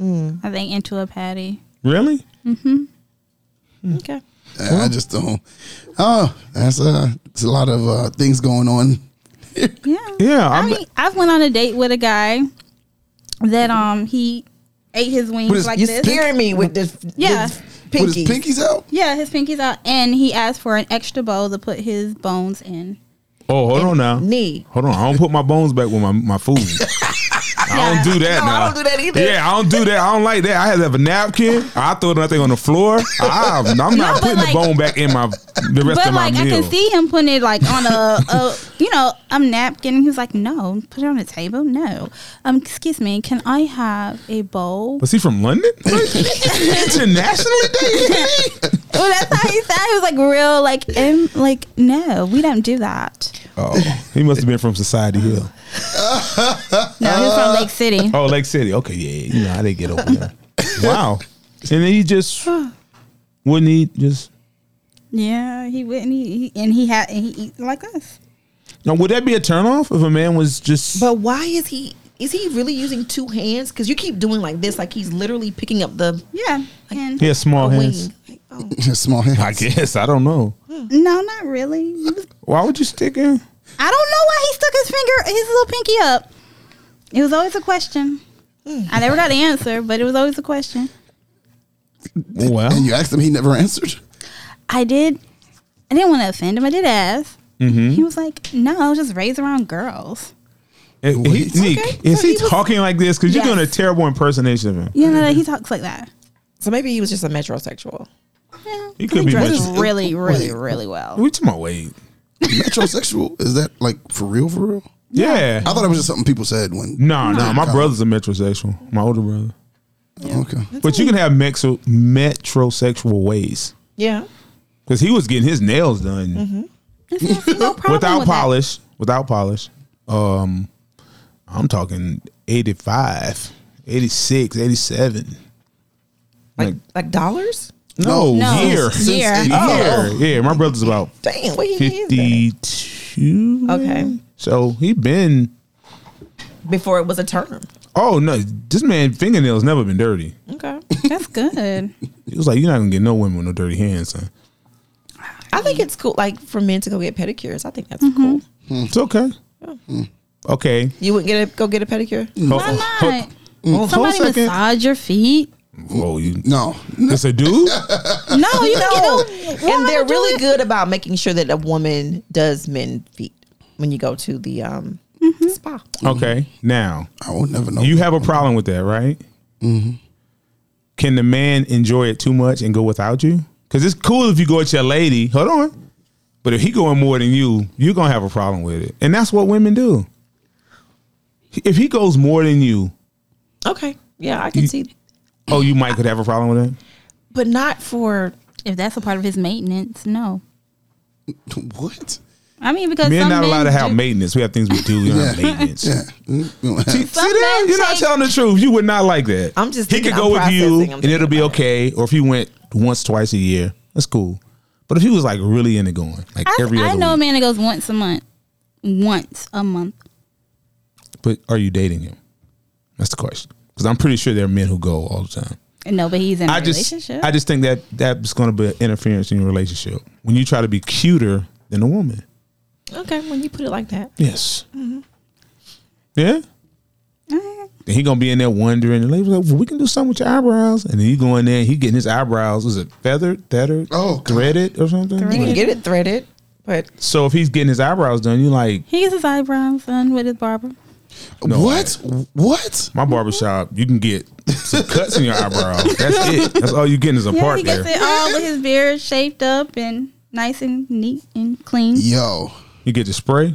[SPEAKER 1] I think into a patty.
[SPEAKER 3] Really?
[SPEAKER 2] okay.
[SPEAKER 4] I just don't. Oh, that's uh, it's a lot of uh, things going on.
[SPEAKER 1] Yeah.
[SPEAKER 3] Yeah,
[SPEAKER 1] I
[SPEAKER 3] I'm-
[SPEAKER 1] mean, I've went on a date with a guy that um he ate his wings
[SPEAKER 4] What is-
[SPEAKER 1] like
[SPEAKER 2] You
[SPEAKER 1] this.
[SPEAKER 2] scaring me with this.
[SPEAKER 1] Yeah.
[SPEAKER 2] this
[SPEAKER 4] Put his
[SPEAKER 2] pinky.
[SPEAKER 4] pinkies out. [laughs]
[SPEAKER 1] Yeah, his pinkies out, and he asked for an extra bowl to put his bones in.
[SPEAKER 3] Oh, hold on now.
[SPEAKER 2] knee.
[SPEAKER 3] Hold on. I don't put my bones back with my,
[SPEAKER 2] [laughs]
[SPEAKER 3] my food. I don't do that
[SPEAKER 2] No, I
[SPEAKER 3] now.
[SPEAKER 2] don't do that either.
[SPEAKER 3] Yeah, I don't do that. I don't like that. I had to have a napkin. I throw nothing on the floor. I,
[SPEAKER 1] [laughs]
[SPEAKER 3] I'm not
[SPEAKER 1] but
[SPEAKER 3] putting
[SPEAKER 1] like-
[SPEAKER 3] the bone back in my the rest
[SPEAKER 1] But
[SPEAKER 3] of my
[SPEAKER 1] like, I
[SPEAKER 3] meal.
[SPEAKER 1] can see him putting it like on a,
[SPEAKER 3] [laughs]
[SPEAKER 1] a you know, a napkin. He was like, "No, put it on the table. No, um, excuse me, can I have a bowl?"
[SPEAKER 3] [laughs] Was he
[SPEAKER 1] [laughs]
[SPEAKER 3] from London? Internationally dating?
[SPEAKER 1] well, that's how he sounded. He was like real, like, em, like, no, we don't do that.
[SPEAKER 3] Oh, he must have been from Society Hill.
[SPEAKER 1] No, he was from Lake City.
[SPEAKER 3] Oh, Lake City. Okay, yeah, yeah. You know how they get
[SPEAKER 1] [laughs]
[SPEAKER 3] over there. Wow. And then he just wouldn't he just
[SPEAKER 1] Yeah, he wouldn't. He, he and he had and he eat like us.
[SPEAKER 3] now would that be a turnoff if a man was just
[SPEAKER 2] But why is he? Is he really using two hands? Because you keep doing like this, like he's literally picking up the
[SPEAKER 1] Yeah, and
[SPEAKER 3] he has small
[SPEAKER 2] wing.
[SPEAKER 3] hands?
[SPEAKER 2] Like, oh,
[SPEAKER 4] Small hands.
[SPEAKER 3] I guess I don't know.
[SPEAKER 1] no, not really. He was-
[SPEAKER 3] Why would you stick in?
[SPEAKER 1] I don't know why he stuck his finger, his little pinky up. It was always a question. I never got an answer, but it was always a question.
[SPEAKER 3] Well,
[SPEAKER 4] And you asked him, he never answered.
[SPEAKER 1] I did. I didn't want to offend him. I did ask.
[SPEAKER 3] Mm-hmm.
[SPEAKER 1] He was like, "No, just raise around girls."
[SPEAKER 3] he, Nick,
[SPEAKER 1] Okay,
[SPEAKER 3] is
[SPEAKER 1] so
[SPEAKER 3] he,
[SPEAKER 1] he was-
[SPEAKER 3] talking like this? Because you're
[SPEAKER 1] Yes.
[SPEAKER 3] doing a terrible impersonation of him.
[SPEAKER 1] You know, he talks like that.
[SPEAKER 2] so maybe he was just a metrosexual.
[SPEAKER 1] Yeah,
[SPEAKER 3] He could be
[SPEAKER 1] dresses
[SPEAKER 3] much-
[SPEAKER 1] really, really,
[SPEAKER 4] Wait.
[SPEAKER 1] really well.
[SPEAKER 3] We talking about wait?
[SPEAKER 4] Metrosexual? [laughs] Is that like for real? For real?
[SPEAKER 3] Yeah.
[SPEAKER 4] I thought it was just something people said when.
[SPEAKER 3] No, no. My
[SPEAKER 4] Come.
[SPEAKER 3] brother's a metrosexual. My older brother.
[SPEAKER 4] Okay.
[SPEAKER 3] But you can have mexo- metrosexual ways.
[SPEAKER 2] Yeah.
[SPEAKER 3] Because he was getting his nails done
[SPEAKER 1] Mm-hmm. No problem
[SPEAKER 3] without
[SPEAKER 1] with that.
[SPEAKER 3] polish. Without polish. Um, I'm talking 85, 86, 87.
[SPEAKER 2] Like
[SPEAKER 3] Like-
[SPEAKER 2] like, dollars?
[SPEAKER 3] No,
[SPEAKER 1] No, Oh,
[SPEAKER 3] here.
[SPEAKER 1] [laughs] since Here.
[SPEAKER 3] Here.
[SPEAKER 4] 85.
[SPEAKER 3] Yeah, my brother's about
[SPEAKER 2] Damn, what he is that?
[SPEAKER 3] 52.
[SPEAKER 2] Okay.
[SPEAKER 3] So he been
[SPEAKER 2] Before it was a term.
[SPEAKER 3] Oh no, this man fingernails never been dirty.
[SPEAKER 2] Okay.
[SPEAKER 1] That's good.
[SPEAKER 3] It was like you're not gonna get no women with no dirty hands, son.
[SPEAKER 2] I think it's cool, like for men to go get pedicures. I think that's cool.
[SPEAKER 3] It's okay. Okay.
[SPEAKER 2] You wouldn't get a go get a pedicure?
[SPEAKER 1] Mm. Why not?
[SPEAKER 3] Hold,
[SPEAKER 1] Somebody
[SPEAKER 3] hold a second.
[SPEAKER 1] massage your feet.
[SPEAKER 3] Whoa, you,
[SPEAKER 4] No.
[SPEAKER 3] it's
[SPEAKER 1] [laughs]
[SPEAKER 3] a dude. Uh,
[SPEAKER 1] No, you
[SPEAKER 2] No.
[SPEAKER 1] don't get no.
[SPEAKER 2] and they're
[SPEAKER 1] woman to do
[SPEAKER 2] really
[SPEAKER 1] it.
[SPEAKER 2] good about making sure that a woman does men feet when you go to the um spa.
[SPEAKER 3] okay, now
[SPEAKER 4] I will never know.
[SPEAKER 3] you have a problem with that, right? Mm-hmm. Can the man enjoy it too much and go without you? Because it's cool if you go with your lady. Hold on, but if he going more than you, you're gonna have a problem with it, and that's what women do. If he goes more than you,
[SPEAKER 2] Okay. Yeah, I can see.
[SPEAKER 3] oh, you might could have a problem with it.
[SPEAKER 2] But not for
[SPEAKER 1] If that's a part of his maintenance, no.
[SPEAKER 4] [laughs] what?
[SPEAKER 1] I mean, because
[SPEAKER 3] Men
[SPEAKER 1] some
[SPEAKER 3] not allowed to
[SPEAKER 1] men
[SPEAKER 3] have
[SPEAKER 1] do-
[SPEAKER 3] maintenance. We have things we do. We don't have
[SPEAKER 4] Yeah.
[SPEAKER 3] maintenance.
[SPEAKER 4] Yeah. Mm, we don't have-
[SPEAKER 3] See that?
[SPEAKER 1] men
[SPEAKER 3] You're not
[SPEAKER 1] take-
[SPEAKER 3] telling the truth. You would not like that.
[SPEAKER 2] I'm just
[SPEAKER 3] he could
[SPEAKER 2] thinking,
[SPEAKER 3] go
[SPEAKER 2] I'm
[SPEAKER 3] with you,
[SPEAKER 2] processing, I'm
[SPEAKER 3] and it'll
[SPEAKER 2] thinking
[SPEAKER 3] be
[SPEAKER 2] about
[SPEAKER 3] okay. Or if he went once, twice a year, that's cool. But if he was like really into going, like
[SPEAKER 1] I,
[SPEAKER 3] every
[SPEAKER 1] I
[SPEAKER 3] other
[SPEAKER 1] know a
[SPEAKER 3] week,
[SPEAKER 1] man that goes once a month. Once a month.
[SPEAKER 3] but are you dating him? That's the question. Because I'm pretty sure there are men who go all the time.
[SPEAKER 1] No, but he's in a
[SPEAKER 3] I just,
[SPEAKER 1] relationship.
[SPEAKER 3] I just think that that's going to be interference in your relationship when you try to be cuter than a woman.
[SPEAKER 2] Okay, when you put it like that.
[SPEAKER 3] Yes.
[SPEAKER 1] Mm-hmm.
[SPEAKER 3] Yeah.
[SPEAKER 1] Alright.
[SPEAKER 3] Then he gonna be in there wondering. And they was like, well, we can do something with your eyebrows. And then you go in there, and he getting his eyebrows. Is it feathered, feathered,
[SPEAKER 4] Oh, God.
[SPEAKER 3] threaded or something?
[SPEAKER 2] You can
[SPEAKER 3] Like,
[SPEAKER 2] get it threaded, but
[SPEAKER 3] so if he's getting his eyebrows done, you like
[SPEAKER 1] he gets his eyebrows done with his barber.
[SPEAKER 4] what? What?
[SPEAKER 3] my
[SPEAKER 1] Mm-hmm.
[SPEAKER 3] barbershop. You can get some cuts in your eyebrows. That's it. That's all you getting is a
[SPEAKER 1] Yeah,
[SPEAKER 3] part
[SPEAKER 1] he gets
[SPEAKER 3] there.
[SPEAKER 1] it all with his beard shaped up and nice and neat and clean.
[SPEAKER 4] Yo,
[SPEAKER 3] You get the spray.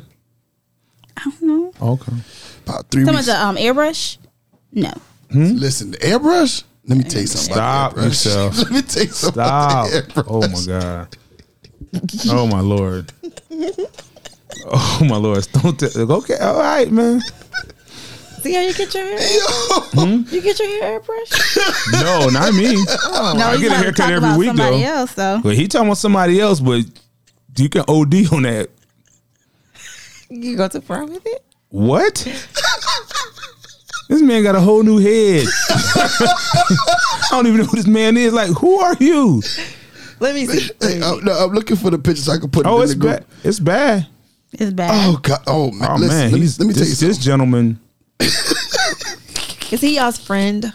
[SPEAKER 1] I don't know.
[SPEAKER 3] Okay.
[SPEAKER 4] about three
[SPEAKER 1] Someone's
[SPEAKER 4] weeks.
[SPEAKER 1] a um, airbrush? No.
[SPEAKER 4] Listen, the airbrush. Let me tell you something.
[SPEAKER 3] Hmm? Stop
[SPEAKER 4] about the airbrush.
[SPEAKER 3] yourself.
[SPEAKER 4] [laughs] Let me tell you something.
[SPEAKER 3] Stop.
[SPEAKER 4] [laughs] About the airbrush.
[SPEAKER 3] Oh my god. Oh my lord. Oh my lord. Don't tell. Okay. All right, man.
[SPEAKER 2] see how you get your hair.
[SPEAKER 3] Oh
[SPEAKER 4] [laughs]
[SPEAKER 2] You get your hair brushed.
[SPEAKER 3] No, not me.
[SPEAKER 1] no,
[SPEAKER 3] I
[SPEAKER 1] he's about
[SPEAKER 3] get a
[SPEAKER 1] to
[SPEAKER 3] haircut
[SPEAKER 1] talk
[SPEAKER 3] every
[SPEAKER 1] about
[SPEAKER 3] week,
[SPEAKER 1] somebody
[SPEAKER 3] though.
[SPEAKER 1] else, though.
[SPEAKER 3] But he talking about somebody else, but you can OD on that.
[SPEAKER 2] You go too far with it?
[SPEAKER 3] What? this man got a whole new head. I don't even know who this man is. Like, who are you?
[SPEAKER 2] Let me see.
[SPEAKER 4] Hey,
[SPEAKER 3] um,
[SPEAKER 4] I'm, no, I'm looking for the pictures I can put
[SPEAKER 3] Oh,
[SPEAKER 4] in
[SPEAKER 3] it's
[SPEAKER 4] the group.
[SPEAKER 3] bad. It's bad.
[SPEAKER 1] It's bad.
[SPEAKER 4] Oh God! Oh man!
[SPEAKER 3] Oh
[SPEAKER 4] Listen,
[SPEAKER 3] man,
[SPEAKER 4] let me,
[SPEAKER 3] he's
[SPEAKER 4] let me tell you
[SPEAKER 3] this, this
[SPEAKER 4] something.
[SPEAKER 3] gentleman.
[SPEAKER 2] Is he y'all's friend?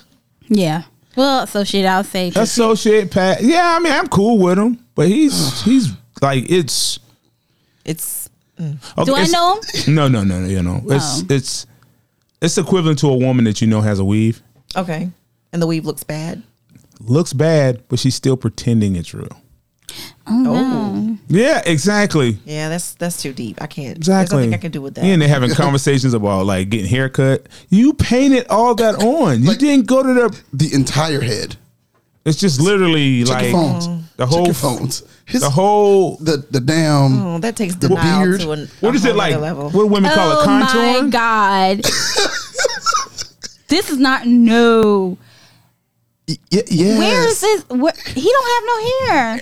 [SPEAKER 1] Yeah. Well, so shit, I'll say.
[SPEAKER 3] That's so shit, Pat. Yeah, I mean, I'm cool with him, but
[SPEAKER 4] Oh.
[SPEAKER 3] he's he's like it's.
[SPEAKER 2] It's
[SPEAKER 3] okay,
[SPEAKER 1] Do I
[SPEAKER 3] it's-
[SPEAKER 1] know him?
[SPEAKER 3] No, no, no, no. You know, it's
[SPEAKER 1] Oh.
[SPEAKER 3] it's it's equivalent to a woman that you know has a weave.
[SPEAKER 2] okay. And the weave looks bad.
[SPEAKER 3] Looks bad, but she's still pretending it's real.
[SPEAKER 1] Mm-hmm.
[SPEAKER 2] Oh.
[SPEAKER 3] Yeah, exactly.
[SPEAKER 2] Yeah, that's that's too deep. I can't. There's
[SPEAKER 3] Exactly.
[SPEAKER 2] nothing I can do with that.
[SPEAKER 3] Yeah, and
[SPEAKER 2] [laughs]
[SPEAKER 3] they're having conversations about like getting haircut. You painted all
[SPEAKER 4] [coughs]
[SPEAKER 3] that on. You
[SPEAKER 4] Like-
[SPEAKER 3] didn't go to the.
[SPEAKER 4] The entire head.
[SPEAKER 3] It's just literally
[SPEAKER 4] Check
[SPEAKER 3] like
[SPEAKER 4] your
[SPEAKER 2] Mm-hmm.
[SPEAKER 4] phones.
[SPEAKER 3] the
[SPEAKER 4] Check
[SPEAKER 3] whole
[SPEAKER 4] your phones. His,
[SPEAKER 3] the whole.
[SPEAKER 4] the the damn.
[SPEAKER 2] Oh, that takes
[SPEAKER 4] The
[SPEAKER 2] denial
[SPEAKER 4] beard.
[SPEAKER 2] to an,
[SPEAKER 3] What
[SPEAKER 2] a
[SPEAKER 3] is it
[SPEAKER 2] whole
[SPEAKER 3] like?
[SPEAKER 2] other Level.
[SPEAKER 3] What women call
[SPEAKER 1] oh
[SPEAKER 3] it contour.
[SPEAKER 1] my
[SPEAKER 3] [laughs]
[SPEAKER 1] god. this is not no.
[SPEAKER 4] Y- y- yes.
[SPEAKER 1] Where is this? Where, he don't have no hair.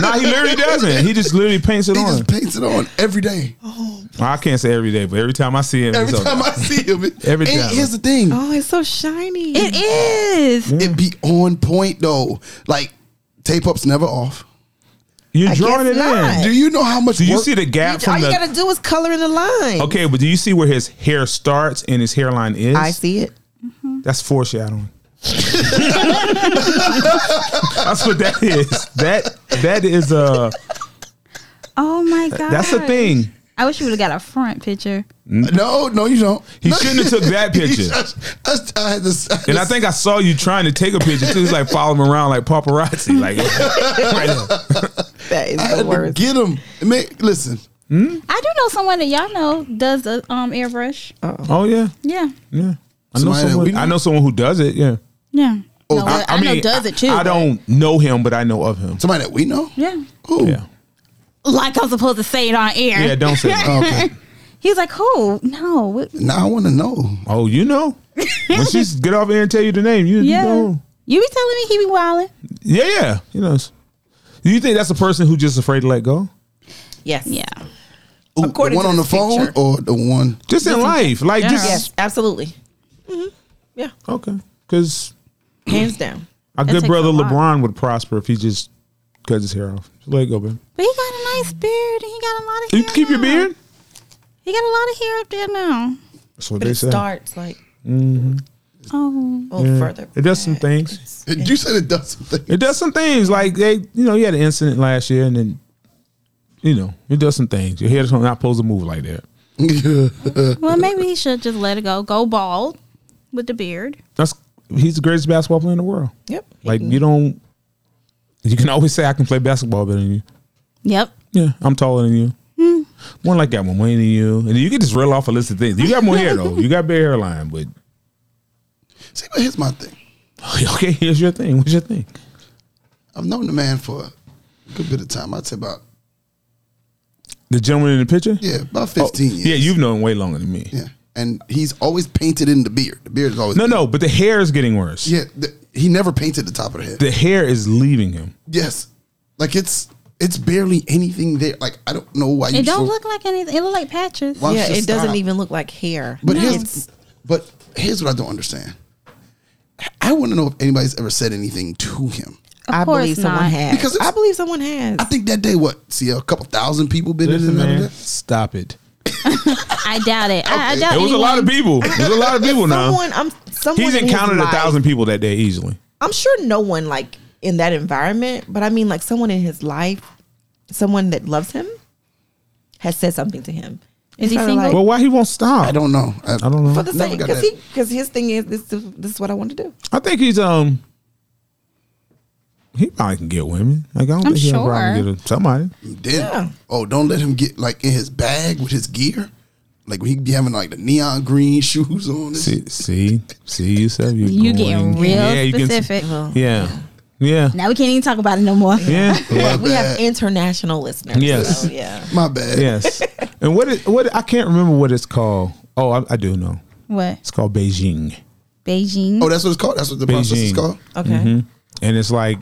[SPEAKER 3] No, he
[SPEAKER 2] [laughs]
[SPEAKER 3] literally doesn't. He just literally paints it
[SPEAKER 4] He
[SPEAKER 3] on.
[SPEAKER 4] just paints it on every day.
[SPEAKER 3] Well, I can't say every day, but every time I see him,
[SPEAKER 4] Every
[SPEAKER 3] it's
[SPEAKER 4] time
[SPEAKER 3] okay.
[SPEAKER 4] I see him.
[SPEAKER 3] [laughs]
[SPEAKER 4] It,
[SPEAKER 3] Every
[SPEAKER 4] and
[SPEAKER 3] time.
[SPEAKER 4] Here's the thing.
[SPEAKER 2] Oh, it's so shiny.
[SPEAKER 1] It is.
[SPEAKER 4] It be on point though. Like tape up's never off.
[SPEAKER 3] you're
[SPEAKER 2] I
[SPEAKER 3] drawing
[SPEAKER 2] guess
[SPEAKER 3] it
[SPEAKER 2] not.
[SPEAKER 3] in.
[SPEAKER 4] Do you know how much?
[SPEAKER 3] Do you
[SPEAKER 4] work-
[SPEAKER 3] see the gap
[SPEAKER 2] all
[SPEAKER 3] from
[SPEAKER 2] you
[SPEAKER 3] the?
[SPEAKER 2] gotta do is color in the line.
[SPEAKER 3] okay, but do you see where his hair starts and his hairline is?
[SPEAKER 2] I see it.
[SPEAKER 3] That's foreshadowing. That's what that is. That that is a
[SPEAKER 1] Oh my god.
[SPEAKER 3] that's a thing.
[SPEAKER 1] I wish you would have got a front picture.
[SPEAKER 4] [laughs] No, no, you don't.
[SPEAKER 3] He
[SPEAKER 4] No.
[SPEAKER 3] shouldn't have took that
[SPEAKER 4] [laughs]
[SPEAKER 3] picture.
[SPEAKER 4] I, I had this. I had
[SPEAKER 3] And I
[SPEAKER 4] this-
[SPEAKER 3] think I saw you trying to take a picture too. It's like follow him around like paparazzi. Like right there.
[SPEAKER 2] That is
[SPEAKER 4] I
[SPEAKER 2] the
[SPEAKER 4] had to
[SPEAKER 2] worst.
[SPEAKER 4] get him. Man, listen,
[SPEAKER 1] I do know someone that y'all know does a um airbrush.
[SPEAKER 3] Oh yeah.
[SPEAKER 1] Yeah.
[SPEAKER 3] Yeah. I know,
[SPEAKER 4] Somebody that we
[SPEAKER 3] someone,
[SPEAKER 4] know?
[SPEAKER 3] I know someone who does it, yeah.
[SPEAKER 1] Yeah. no, I, I know
[SPEAKER 3] mean,
[SPEAKER 1] does it too.
[SPEAKER 3] Oh, I
[SPEAKER 1] but-
[SPEAKER 3] don't know him, but I know of him.
[SPEAKER 4] somebody that we know.
[SPEAKER 1] Yeah.
[SPEAKER 4] Who?
[SPEAKER 3] Yeah.
[SPEAKER 1] Like I'm supposed to say it on air.
[SPEAKER 3] Yeah, don't say
[SPEAKER 4] [laughs]
[SPEAKER 3] that.
[SPEAKER 2] [laughs]
[SPEAKER 4] Okay.
[SPEAKER 1] He's like, who? No. what-
[SPEAKER 4] Now I want to know.
[SPEAKER 3] Oh, you know. When she get off here and tell you the name, you,
[SPEAKER 1] Yeah.
[SPEAKER 3] you know.
[SPEAKER 1] You be telling me he be wilding.
[SPEAKER 3] Yeah, yeah. You know. Do you think that's a person who just afraid to let go?
[SPEAKER 2] Yes.
[SPEAKER 1] Yeah.
[SPEAKER 4] Ooh,
[SPEAKER 2] According
[SPEAKER 4] the one
[SPEAKER 2] to
[SPEAKER 4] on the
[SPEAKER 2] this
[SPEAKER 4] phone
[SPEAKER 2] picture.
[SPEAKER 4] or the one?
[SPEAKER 3] Just in life. Like
[SPEAKER 1] general.
[SPEAKER 3] just
[SPEAKER 2] Yes, absolutely. hmm Yeah,
[SPEAKER 3] Okay. Because
[SPEAKER 2] hands down.
[SPEAKER 3] our
[SPEAKER 1] That
[SPEAKER 3] good
[SPEAKER 1] takes
[SPEAKER 3] brother
[SPEAKER 1] a lot.
[SPEAKER 3] LeBron would prosper if he just cut his hair off. Just let it go, man.
[SPEAKER 1] But he got a nice beard and he got a lot of hair.
[SPEAKER 3] You can keep your
[SPEAKER 1] now.
[SPEAKER 3] beard.
[SPEAKER 1] He got a lot of hair up there now.
[SPEAKER 3] That's what
[SPEAKER 2] But
[SPEAKER 3] they
[SPEAKER 2] it
[SPEAKER 3] say.
[SPEAKER 2] starts like
[SPEAKER 1] Oh.
[SPEAKER 2] a little further.
[SPEAKER 3] It does some
[SPEAKER 2] back.
[SPEAKER 3] things.
[SPEAKER 2] It's-
[SPEAKER 4] You said it does something.
[SPEAKER 3] It does some things. Like they, you know, he had an incident last year, and then, you know, it does some things. Your hair's not supposed to move like that.
[SPEAKER 1] Well, maybe he should just let it go. Go bald with the beard.
[SPEAKER 3] That's he's the greatest basketball player in the world.
[SPEAKER 2] Yep. he
[SPEAKER 3] Like
[SPEAKER 2] can-
[SPEAKER 3] you don't. You can always say I can play basketball better than you.
[SPEAKER 1] Yep.
[SPEAKER 3] Yeah, Hmm. I'm taller than you. More like I got more money than you, and you can just reel off a list of things. You got more hair [laughs] though. You got big hairline, but
[SPEAKER 4] [laughs]
[SPEAKER 3] [laughs]
[SPEAKER 4] See, but here's my thing.
[SPEAKER 3] okay, here's your thing. What's your thing?
[SPEAKER 4] I've known the man for a good bit of time. I'd say about
[SPEAKER 3] The gentleman in the picture?
[SPEAKER 4] yeah, about fifteen years.
[SPEAKER 3] Oh, Yeah, you've known him way longer than me.
[SPEAKER 4] yeah. And he's always painted in the beard. The beard is always
[SPEAKER 3] No, no, but the hair is getting worse.
[SPEAKER 4] Yeah, the, he never painted the top of the head.
[SPEAKER 3] The hair is leaving him.
[SPEAKER 4] yes, like it's it's barely anything there. Like I don't know why you
[SPEAKER 1] It don't
[SPEAKER 4] so-
[SPEAKER 1] look like anything. It look like patches.
[SPEAKER 4] Why-
[SPEAKER 2] yeah,
[SPEAKER 4] Just
[SPEAKER 2] it doesn't
[SPEAKER 4] stop.
[SPEAKER 2] even look like hair.
[SPEAKER 4] But
[SPEAKER 2] It's-
[SPEAKER 4] here's but here's what I don't understand. I want to know if anybody's ever said anything to him.
[SPEAKER 1] Of
[SPEAKER 2] I
[SPEAKER 1] course
[SPEAKER 2] believe someone
[SPEAKER 1] not.
[SPEAKER 2] has.
[SPEAKER 4] Because it's-
[SPEAKER 2] I believe someone has.
[SPEAKER 4] I think that day, what? See, a couple thousand people been in
[SPEAKER 3] Listen,
[SPEAKER 4] and out of
[SPEAKER 3] man,
[SPEAKER 4] that.
[SPEAKER 3] stop it.
[SPEAKER 1] I doubt it. I, I
[SPEAKER 4] Okay.
[SPEAKER 1] doubt
[SPEAKER 3] It was a
[SPEAKER 1] anyone-
[SPEAKER 3] lot of people. There's a lot of people now.
[SPEAKER 2] someone, I'm someone.
[SPEAKER 3] He's
[SPEAKER 2] in his
[SPEAKER 3] encountered a
[SPEAKER 2] life-
[SPEAKER 3] thousand people that day easily.
[SPEAKER 2] I'm sure no one like in that environment, but I mean like someone in his life, someone that loves him, has said something to him.
[SPEAKER 1] Is he
[SPEAKER 2] Sort of
[SPEAKER 1] single?
[SPEAKER 3] Well, why he won't stop?
[SPEAKER 4] I don't know. I,
[SPEAKER 3] I don't
[SPEAKER 2] for
[SPEAKER 3] know.
[SPEAKER 2] the
[SPEAKER 4] Never
[SPEAKER 2] same
[SPEAKER 4] got
[SPEAKER 2] because
[SPEAKER 4] that.
[SPEAKER 2] he because his thing is this is- this is what I want to do.
[SPEAKER 3] I think he's um. He probably can get women. Like I don't
[SPEAKER 1] I'm
[SPEAKER 3] think he'll probably
[SPEAKER 1] sure.
[SPEAKER 3] get a, somebody.
[SPEAKER 4] Then,
[SPEAKER 2] Yeah.
[SPEAKER 4] oh, don't let him get like in his bag with his gear. Like when he be having like the neon green [laughs] shoes on. and shit.
[SPEAKER 3] See, see, see yourself. You're
[SPEAKER 1] You
[SPEAKER 3] going-
[SPEAKER 1] getting real
[SPEAKER 3] you can-
[SPEAKER 1] specific.
[SPEAKER 3] yeah, yeah,
[SPEAKER 1] now we can't even talk about it no more.
[SPEAKER 3] yeah.
[SPEAKER 4] My
[SPEAKER 2] We have
[SPEAKER 4] bad.
[SPEAKER 2] international listeners.
[SPEAKER 3] Yes.
[SPEAKER 2] so, yeah.
[SPEAKER 4] My bad.
[SPEAKER 3] Yes. And what is what I can't remember what it's called. Oh, I, I do know.
[SPEAKER 1] What?
[SPEAKER 3] It's called Beijing.
[SPEAKER 1] Beijing.
[SPEAKER 4] Oh, that's what it's called. That's what the process is
[SPEAKER 3] Beijing.
[SPEAKER 4] called.
[SPEAKER 2] Okay.
[SPEAKER 4] Mm-hmm.
[SPEAKER 3] And it's like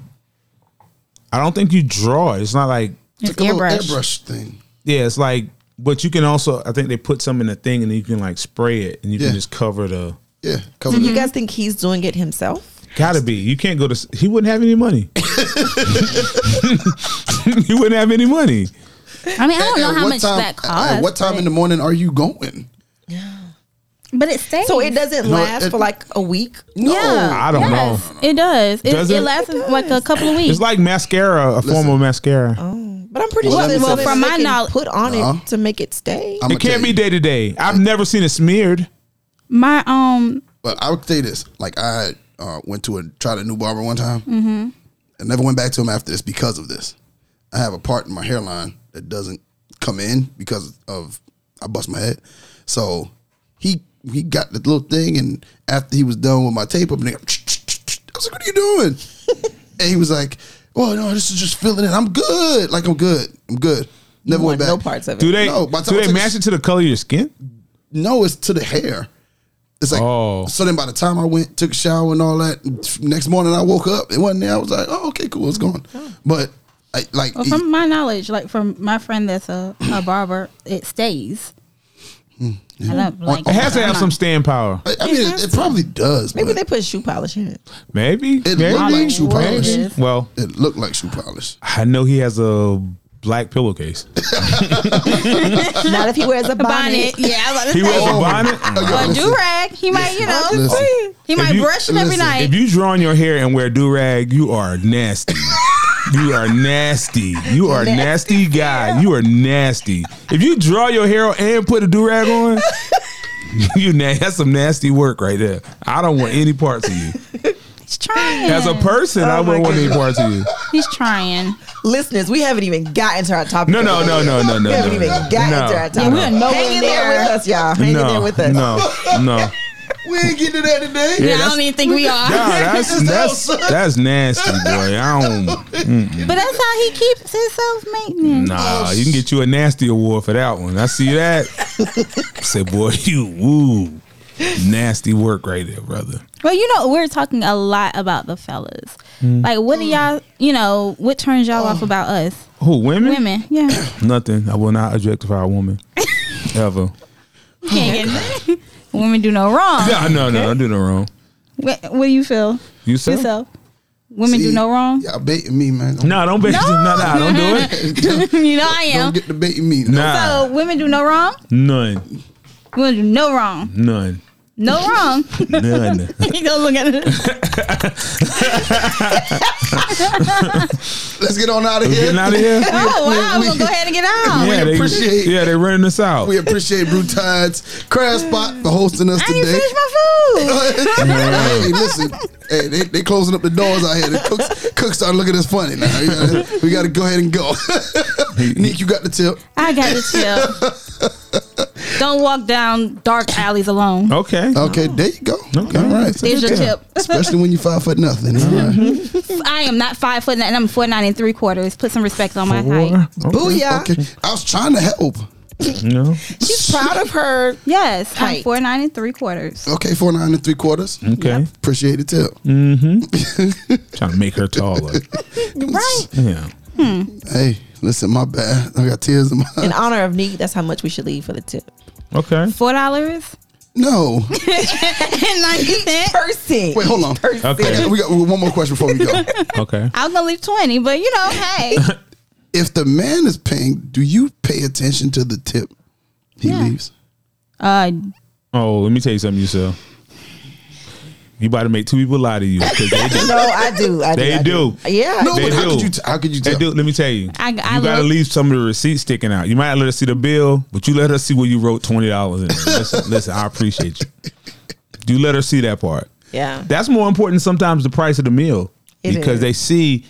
[SPEAKER 3] I don't think you draw. it. It's not like
[SPEAKER 1] It's
[SPEAKER 4] It's like a little
[SPEAKER 1] airbrush.
[SPEAKER 4] airbrush thing.
[SPEAKER 3] yeah, it's like But you can also, I think they put some in a thing and then you can like spray it and you
[SPEAKER 4] Yeah.
[SPEAKER 3] can just cover the.
[SPEAKER 4] Yeah,
[SPEAKER 2] Do
[SPEAKER 4] cover
[SPEAKER 2] you
[SPEAKER 4] it.
[SPEAKER 2] guys think he's doing it himself?
[SPEAKER 3] Gotta be. You can't go to. He wouldn't have any money. [laughs] he wouldn't have any money.
[SPEAKER 1] I mean, I don't know
[SPEAKER 4] At
[SPEAKER 1] how
[SPEAKER 4] what
[SPEAKER 1] much
[SPEAKER 4] time-
[SPEAKER 1] that costs.
[SPEAKER 4] At what time
[SPEAKER 1] but,
[SPEAKER 4] in the morning are you going?
[SPEAKER 1] But it stays.
[SPEAKER 2] So it doesn't
[SPEAKER 4] No,
[SPEAKER 2] last
[SPEAKER 4] it-
[SPEAKER 2] for like a week.
[SPEAKER 1] Yeah,
[SPEAKER 3] Oh, I don't
[SPEAKER 1] yes, It does. It,
[SPEAKER 3] Does
[SPEAKER 1] it,
[SPEAKER 3] it?
[SPEAKER 1] lasts like a couple of weeks.
[SPEAKER 3] It's like mascara, a form of
[SPEAKER 1] Oh.
[SPEAKER 3] mascara.
[SPEAKER 2] Um, But I'm pretty
[SPEAKER 4] Well,
[SPEAKER 2] sure there's
[SPEAKER 4] well,
[SPEAKER 2] something
[SPEAKER 1] from
[SPEAKER 2] they
[SPEAKER 1] my
[SPEAKER 2] can
[SPEAKER 1] knowledge-
[SPEAKER 2] put on
[SPEAKER 4] Uh-huh.
[SPEAKER 2] it to make it stay.
[SPEAKER 4] I'm
[SPEAKER 3] it can't be
[SPEAKER 4] dead.
[SPEAKER 3] day to day. I've never seen it smeared.
[SPEAKER 1] My um,
[SPEAKER 4] But I would say this: like I uh, went to a tried a new barber one time, mm-hmm. and never went back to him after this because of this. I have a part in my hairline that doesn't come in because of I bust my head. So he he got the little thing, and after he was done with my tape up, and I was like, "What are you doing?"
[SPEAKER 1] [laughs]
[SPEAKER 4] and he was like, "Well, no, this is just filling it. I'm good. Like I'm good. I'm good." Never went
[SPEAKER 2] Want
[SPEAKER 4] back.
[SPEAKER 2] no parts of it.
[SPEAKER 3] Do they?
[SPEAKER 4] No, by
[SPEAKER 3] do
[SPEAKER 4] the time I
[SPEAKER 3] they
[SPEAKER 4] took-
[SPEAKER 3] match it to the color of your skin?
[SPEAKER 4] No, it's to the hair. It's like
[SPEAKER 3] Oh.
[SPEAKER 4] so. Then by the time I went, took a shower and all that, next morning I woke up. It wasn't there. I was like, oh, okay, cool, it's gone. But I, like,
[SPEAKER 1] well, from my knowledge, like from my friend that's a, a barber, it stays.
[SPEAKER 3] Hmm.
[SPEAKER 1] I don't like.
[SPEAKER 3] It has to have some staying power.
[SPEAKER 4] I, I mean, it, it probably does.
[SPEAKER 2] Maybe
[SPEAKER 4] but
[SPEAKER 2] they put shoe polish
[SPEAKER 4] [laughs]
[SPEAKER 2] in it.
[SPEAKER 3] Maybe.
[SPEAKER 4] It
[SPEAKER 3] maybe.
[SPEAKER 4] looked like shoe
[SPEAKER 1] What
[SPEAKER 4] polish.
[SPEAKER 1] it is.
[SPEAKER 3] Well,
[SPEAKER 4] It looked like shoe polish.
[SPEAKER 3] I know he has a black pillowcase.
[SPEAKER 2] Not if he wears a
[SPEAKER 1] A bonnet.
[SPEAKER 2] bonnet.
[SPEAKER 1] Yeah, I was about to
[SPEAKER 3] He wears
[SPEAKER 1] say.
[SPEAKER 3] a
[SPEAKER 4] Oh
[SPEAKER 3] bonnet.
[SPEAKER 4] Yo,
[SPEAKER 1] Or
[SPEAKER 4] listen.
[SPEAKER 1] do rag. He might, you know,
[SPEAKER 4] Listen.
[SPEAKER 1] he might
[SPEAKER 3] If you-
[SPEAKER 1] brush it every
[SPEAKER 4] listen.
[SPEAKER 1] night.
[SPEAKER 3] If you draw on your hair and wear do rag, you are nasty. You are nasty. You are nasty guy. You are nasty. If you draw your hair and put a do rag on, [laughs] you na- that's some nasty work right there. I don't want any parts of you.
[SPEAKER 1] He's trying.
[SPEAKER 3] As a person, I wouldn't want any parts of you.
[SPEAKER 1] He's trying.
[SPEAKER 2] Listeners, we haven't even gotten to our topic.
[SPEAKER 3] No,
[SPEAKER 2] of
[SPEAKER 3] no,
[SPEAKER 2] the
[SPEAKER 3] no,
[SPEAKER 2] week.
[SPEAKER 3] no, no, no.
[SPEAKER 2] We haven't
[SPEAKER 3] no,
[SPEAKER 2] even
[SPEAKER 3] no.
[SPEAKER 2] gotten
[SPEAKER 3] No,
[SPEAKER 2] to our
[SPEAKER 1] Yeah,
[SPEAKER 2] topic.
[SPEAKER 1] we are nowhere
[SPEAKER 2] Hang in there
[SPEAKER 1] near.
[SPEAKER 2] with us, y'all. Hang in
[SPEAKER 3] no,
[SPEAKER 2] there with us.
[SPEAKER 3] No, no.
[SPEAKER 4] We ain't getting to that today.
[SPEAKER 1] Yeah, I
[SPEAKER 3] that's-
[SPEAKER 1] don't [laughs] even think we are.
[SPEAKER 3] God, that's that's that's nasty, boy. I don't.
[SPEAKER 1] [laughs] But that's how he keeps his self maintenance.
[SPEAKER 3] Nah, you can get you a nasty award for that one. I see that. Say, boy, [laughs] you woo, nasty work right there, brother.
[SPEAKER 1] Well, you know, we're talking a lot about the fellas.
[SPEAKER 3] Hmm.
[SPEAKER 1] Like, what do y'all, you know, what turns y'all off about us
[SPEAKER 3] Who women?
[SPEAKER 1] women?
[SPEAKER 3] [coughs]
[SPEAKER 1] Yeah.
[SPEAKER 3] Nothing. I will not objectify a woman ever.
[SPEAKER 1] Can't get- [laughs] women do no wrong.
[SPEAKER 3] No, no, no. I do no wrong.
[SPEAKER 1] What, what do you feel
[SPEAKER 3] You say?
[SPEAKER 1] yourself? Women do
[SPEAKER 4] See,
[SPEAKER 1] no wrong.
[SPEAKER 4] Y'all baiting me, man. Don't,
[SPEAKER 3] No, don't be. No, no, don't do
[SPEAKER 1] [laughs]
[SPEAKER 3] it.
[SPEAKER 1] you know I am.
[SPEAKER 4] don't get the baiting me.
[SPEAKER 3] Nah,
[SPEAKER 1] so women do no wrong.
[SPEAKER 3] none,
[SPEAKER 1] Women do no wrong.
[SPEAKER 3] none,
[SPEAKER 1] No
[SPEAKER 4] [laughs]
[SPEAKER 1] wrong. [laughs]
[SPEAKER 3] none.
[SPEAKER 1] you go look at it.
[SPEAKER 4] Let's get on out of here.
[SPEAKER 3] Getting out of here.
[SPEAKER 1] Oh wow! We're
[SPEAKER 4] we-
[SPEAKER 1] gonna go ahead and get out.
[SPEAKER 3] yeah, they,
[SPEAKER 4] appreciate-
[SPEAKER 3] yeah, they running us out.
[SPEAKER 4] We appreciate Blue Tides Crash Spot for hosting us
[SPEAKER 1] I didn't
[SPEAKER 4] today.
[SPEAKER 1] finish my food.
[SPEAKER 4] [laughs] hey, listen, hey, they, they closing up the doors out here. The cooks, cooks starting looking at us funny now. You know, we got to go ahead and go. Nick, you got the tip.
[SPEAKER 1] I got to chill. Don't walk down dark alleys alone.
[SPEAKER 4] Oh,
[SPEAKER 3] Okay.
[SPEAKER 4] Okay, there you go.
[SPEAKER 3] Okay.
[SPEAKER 4] all right.
[SPEAKER 1] There's your
[SPEAKER 3] Yeah.
[SPEAKER 1] tip.
[SPEAKER 4] Especially when you five foot nothing. All right.
[SPEAKER 1] I am not five foot nine. I'm four nine and three quarters. Put some respect on my height.
[SPEAKER 3] Four.
[SPEAKER 2] Booyah.
[SPEAKER 4] Okay, I was trying to help.
[SPEAKER 3] No.
[SPEAKER 2] She's proud of her.
[SPEAKER 1] Yes, I'm
[SPEAKER 2] Height.
[SPEAKER 1] four nine and three quarters.
[SPEAKER 4] Okay, four nine and three quarters.
[SPEAKER 3] Okay.
[SPEAKER 4] Appreciate the tip.
[SPEAKER 3] Trying to make her taller.
[SPEAKER 1] Right?
[SPEAKER 3] Yeah.
[SPEAKER 4] Hey, listen, my bad. I got tears in my [laughs]
[SPEAKER 2] In honor of Neek, that's how much we should leave for the tip.
[SPEAKER 3] Okay.
[SPEAKER 1] Four dollars
[SPEAKER 4] No,
[SPEAKER 1] and ninety
[SPEAKER 4] [laughs]
[SPEAKER 1] cent.
[SPEAKER 2] Person.
[SPEAKER 4] wait, hold on.
[SPEAKER 3] Okay.
[SPEAKER 4] We got one more question before we go.
[SPEAKER 3] Okay.
[SPEAKER 1] I was gonna leave twenty, but you know,
[SPEAKER 4] [laughs]
[SPEAKER 1] hey,
[SPEAKER 4] If the man is paying, do you pay attention to the tip he
[SPEAKER 1] Yeah.
[SPEAKER 4] leaves?
[SPEAKER 1] uh,
[SPEAKER 3] Oh, let me tell you something, you sell. You about to make two people lie to you 'cause they do.
[SPEAKER 2] No, I do. I do.
[SPEAKER 3] They
[SPEAKER 2] I
[SPEAKER 3] do.
[SPEAKER 2] Yeah.
[SPEAKER 4] No,
[SPEAKER 3] They
[SPEAKER 4] but how
[SPEAKER 3] do.
[SPEAKER 4] could you? T- how could you
[SPEAKER 3] They
[SPEAKER 4] tell?
[SPEAKER 3] do. Let me tell you.
[SPEAKER 1] I- I
[SPEAKER 3] you gotta
[SPEAKER 1] look-
[SPEAKER 3] leave some of the receipts sticking out. You might let us see the bill, but you let us see where you wrote twenty dollars in. There. Listen, listen, I appreciate you. You let her see that part.
[SPEAKER 2] Yeah.
[SPEAKER 3] That's more important sometimes the price of the meal
[SPEAKER 2] It
[SPEAKER 3] because
[SPEAKER 2] is.
[SPEAKER 3] they see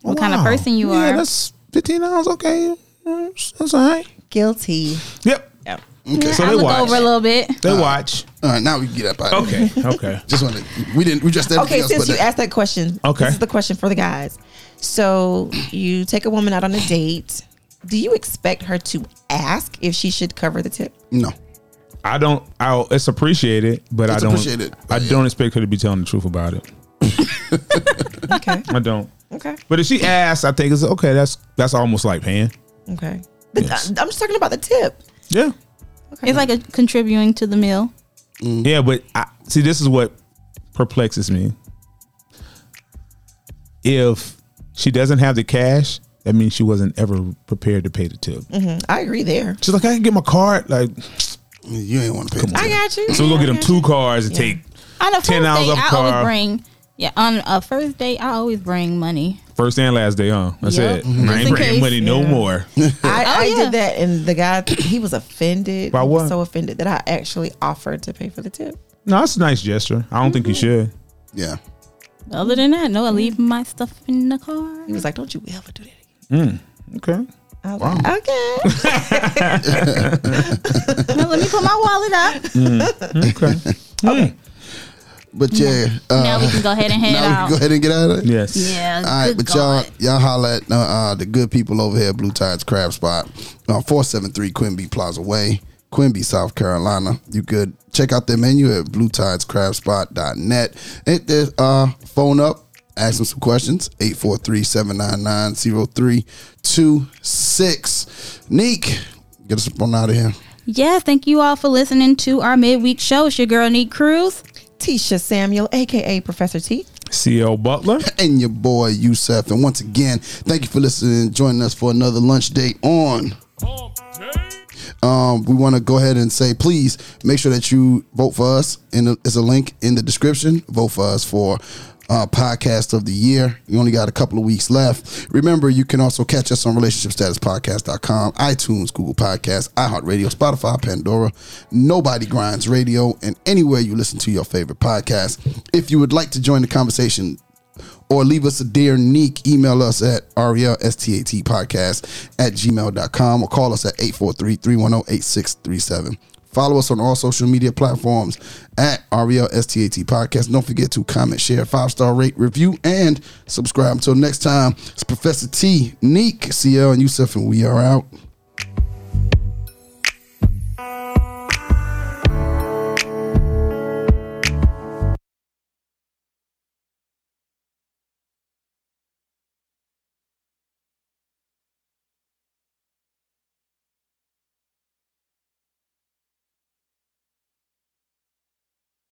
[SPEAKER 1] What kind of person you
[SPEAKER 3] yeah,
[SPEAKER 1] are.
[SPEAKER 3] That's fifteen dollars. Okay, Mm, that's all right.
[SPEAKER 2] Guilty.
[SPEAKER 3] Yep.
[SPEAKER 2] Yeah.
[SPEAKER 4] Okay.
[SPEAKER 3] So
[SPEAKER 1] I
[SPEAKER 3] they
[SPEAKER 1] look
[SPEAKER 3] watch.
[SPEAKER 1] over a little bit.
[SPEAKER 3] They
[SPEAKER 4] Uh,
[SPEAKER 3] watch.
[SPEAKER 4] All right, now we can get up out. of here.
[SPEAKER 3] [laughs] Okay. Okay.
[SPEAKER 4] Just want to. We didn't. We just
[SPEAKER 2] Okay,
[SPEAKER 4] everything else,
[SPEAKER 2] since
[SPEAKER 4] but
[SPEAKER 2] you asked that question,
[SPEAKER 3] Okay.
[SPEAKER 2] this is the question for the guys. So you take a woman out on a date. Do you expect her to ask if she should cover the tip?
[SPEAKER 4] No.
[SPEAKER 3] I don't. I it's appreciated, but
[SPEAKER 4] It's
[SPEAKER 3] I don't.
[SPEAKER 4] appreciated,
[SPEAKER 3] I
[SPEAKER 4] but yeah.
[SPEAKER 3] don't expect her to be telling the truth about it.
[SPEAKER 2] Okay.
[SPEAKER 3] I don't.
[SPEAKER 2] [laughs] Okay.
[SPEAKER 3] But if she asks, I think it's okay. That's that's almost like paying.
[SPEAKER 2] Okay. The- I'm just talking about the tip.
[SPEAKER 3] Yeah.
[SPEAKER 1] It's like a contributing to the meal.
[SPEAKER 3] Yeah, but I, see, this is what perplexes me. If she doesn't have the cash, that means she wasn't ever prepared to pay the tip.
[SPEAKER 1] Mm-hmm.
[SPEAKER 2] I agree there.
[SPEAKER 3] She's like, I can get my card. Like,
[SPEAKER 4] You ain't want to pay.
[SPEAKER 2] I got you.
[SPEAKER 3] so we're gonna get
[SPEAKER 2] I
[SPEAKER 3] them
[SPEAKER 2] got
[SPEAKER 3] two cars and take
[SPEAKER 1] On a first
[SPEAKER 3] 10 hours
[SPEAKER 1] date,
[SPEAKER 3] off
[SPEAKER 1] I
[SPEAKER 3] car.
[SPEAKER 1] always bring. Yeah, on a first date, I always bring money.
[SPEAKER 3] first and last day, huh? That's
[SPEAKER 1] Yep.
[SPEAKER 3] it.
[SPEAKER 1] Mhm.
[SPEAKER 3] I
[SPEAKER 1] Just
[SPEAKER 3] ain't
[SPEAKER 1] in
[SPEAKER 3] bringing
[SPEAKER 1] case.
[SPEAKER 3] money no more.
[SPEAKER 2] you. Oh, I, I
[SPEAKER 1] yeah.
[SPEAKER 2] did that, and the guy [clears throat] he was offended.
[SPEAKER 3] By
[SPEAKER 2] He was
[SPEAKER 3] what?
[SPEAKER 2] So offended that I actually offered to pay for the tip.
[SPEAKER 3] [laughs] no, that's a nice gesture. I don't think you should.
[SPEAKER 1] Mm-hmm.
[SPEAKER 4] Yeah.
[SPEAKER 1] Other than that, no, I leave my stuff in the car.
[SPEAKER 2] He was like, "Don't you ever do that." again."
[SPEAKER 3] Okay.
[SPEAKER 2] I was like, "Okay."
[SPEAKER 3] [laughs]
[SPEAKER 1] No, let me put my wallet
[SPEAKER 4] [laughs]
[SPEAKER 1] up.
[SPEAKER 3] Okay. okay.
[SPEAKER 4] But yeah. Uh,
[SPEAKER 1] now we can go ahead and head
[SPEAKER 4] [laughs] now we
[SPEAKER 1] out.
[SPEAKER 4] can go ahead and get out of it.
[SPEAKER 3] Yes.
[SPEAKER 1] Yeah.
[SPEAKER 4] All right,
[SPEAKER 1] good
[SPEAKER 4] but y'all,
[SPEAKER 1] God.
[SPEAKER 4] y'all holla at uh, uh, the good people over here, at Blue Tides Crab Spot, uh, 473 Quimby Plaza Way, Quimby, South Carolina. You could check out their menu at bluetidescrabspot.net. Hit their uh, phone up, ask them some questions, 843-799-0326. Neek, get us up on out of here.
[SPEAKER 1] Yes, thank you all for listening to our midweek show. It's your girl, Neat Cruz.
[SPEAKER 2] Tisha Samuel, aka Professor T.
[SPEAKER 3] CL Butler.
[SPEAKER 4] [laughs] And your boy, Youssef. And once again, thank you for listening and joining us for another lunch date on... um, we want to go ahead and say, please make sure that you vote for us. And it's a link in the description. Vote for us for uh, podcast of the year. You only got a couple of weeks left. Remember, you can also catch us on relationshipstatuspodcast.com, iTunes, Google Podcasts, iHeartRadio, Spotify, Pandora, Nobody Grinds Radio, and anywhere you listen to your favorite podcast. If you would like to join the conversation, or leave us a dear nick. Email us at E RELSTAT podcast at gmail.com or call us at 843-310-8637. Follow us on all social media platforms at E RELSTAT podcast. Don't forget to comment, share, five star rate, review, and subscribe. Until next time, it's Professor T, Neek, CL, and Yusuf, and we are out.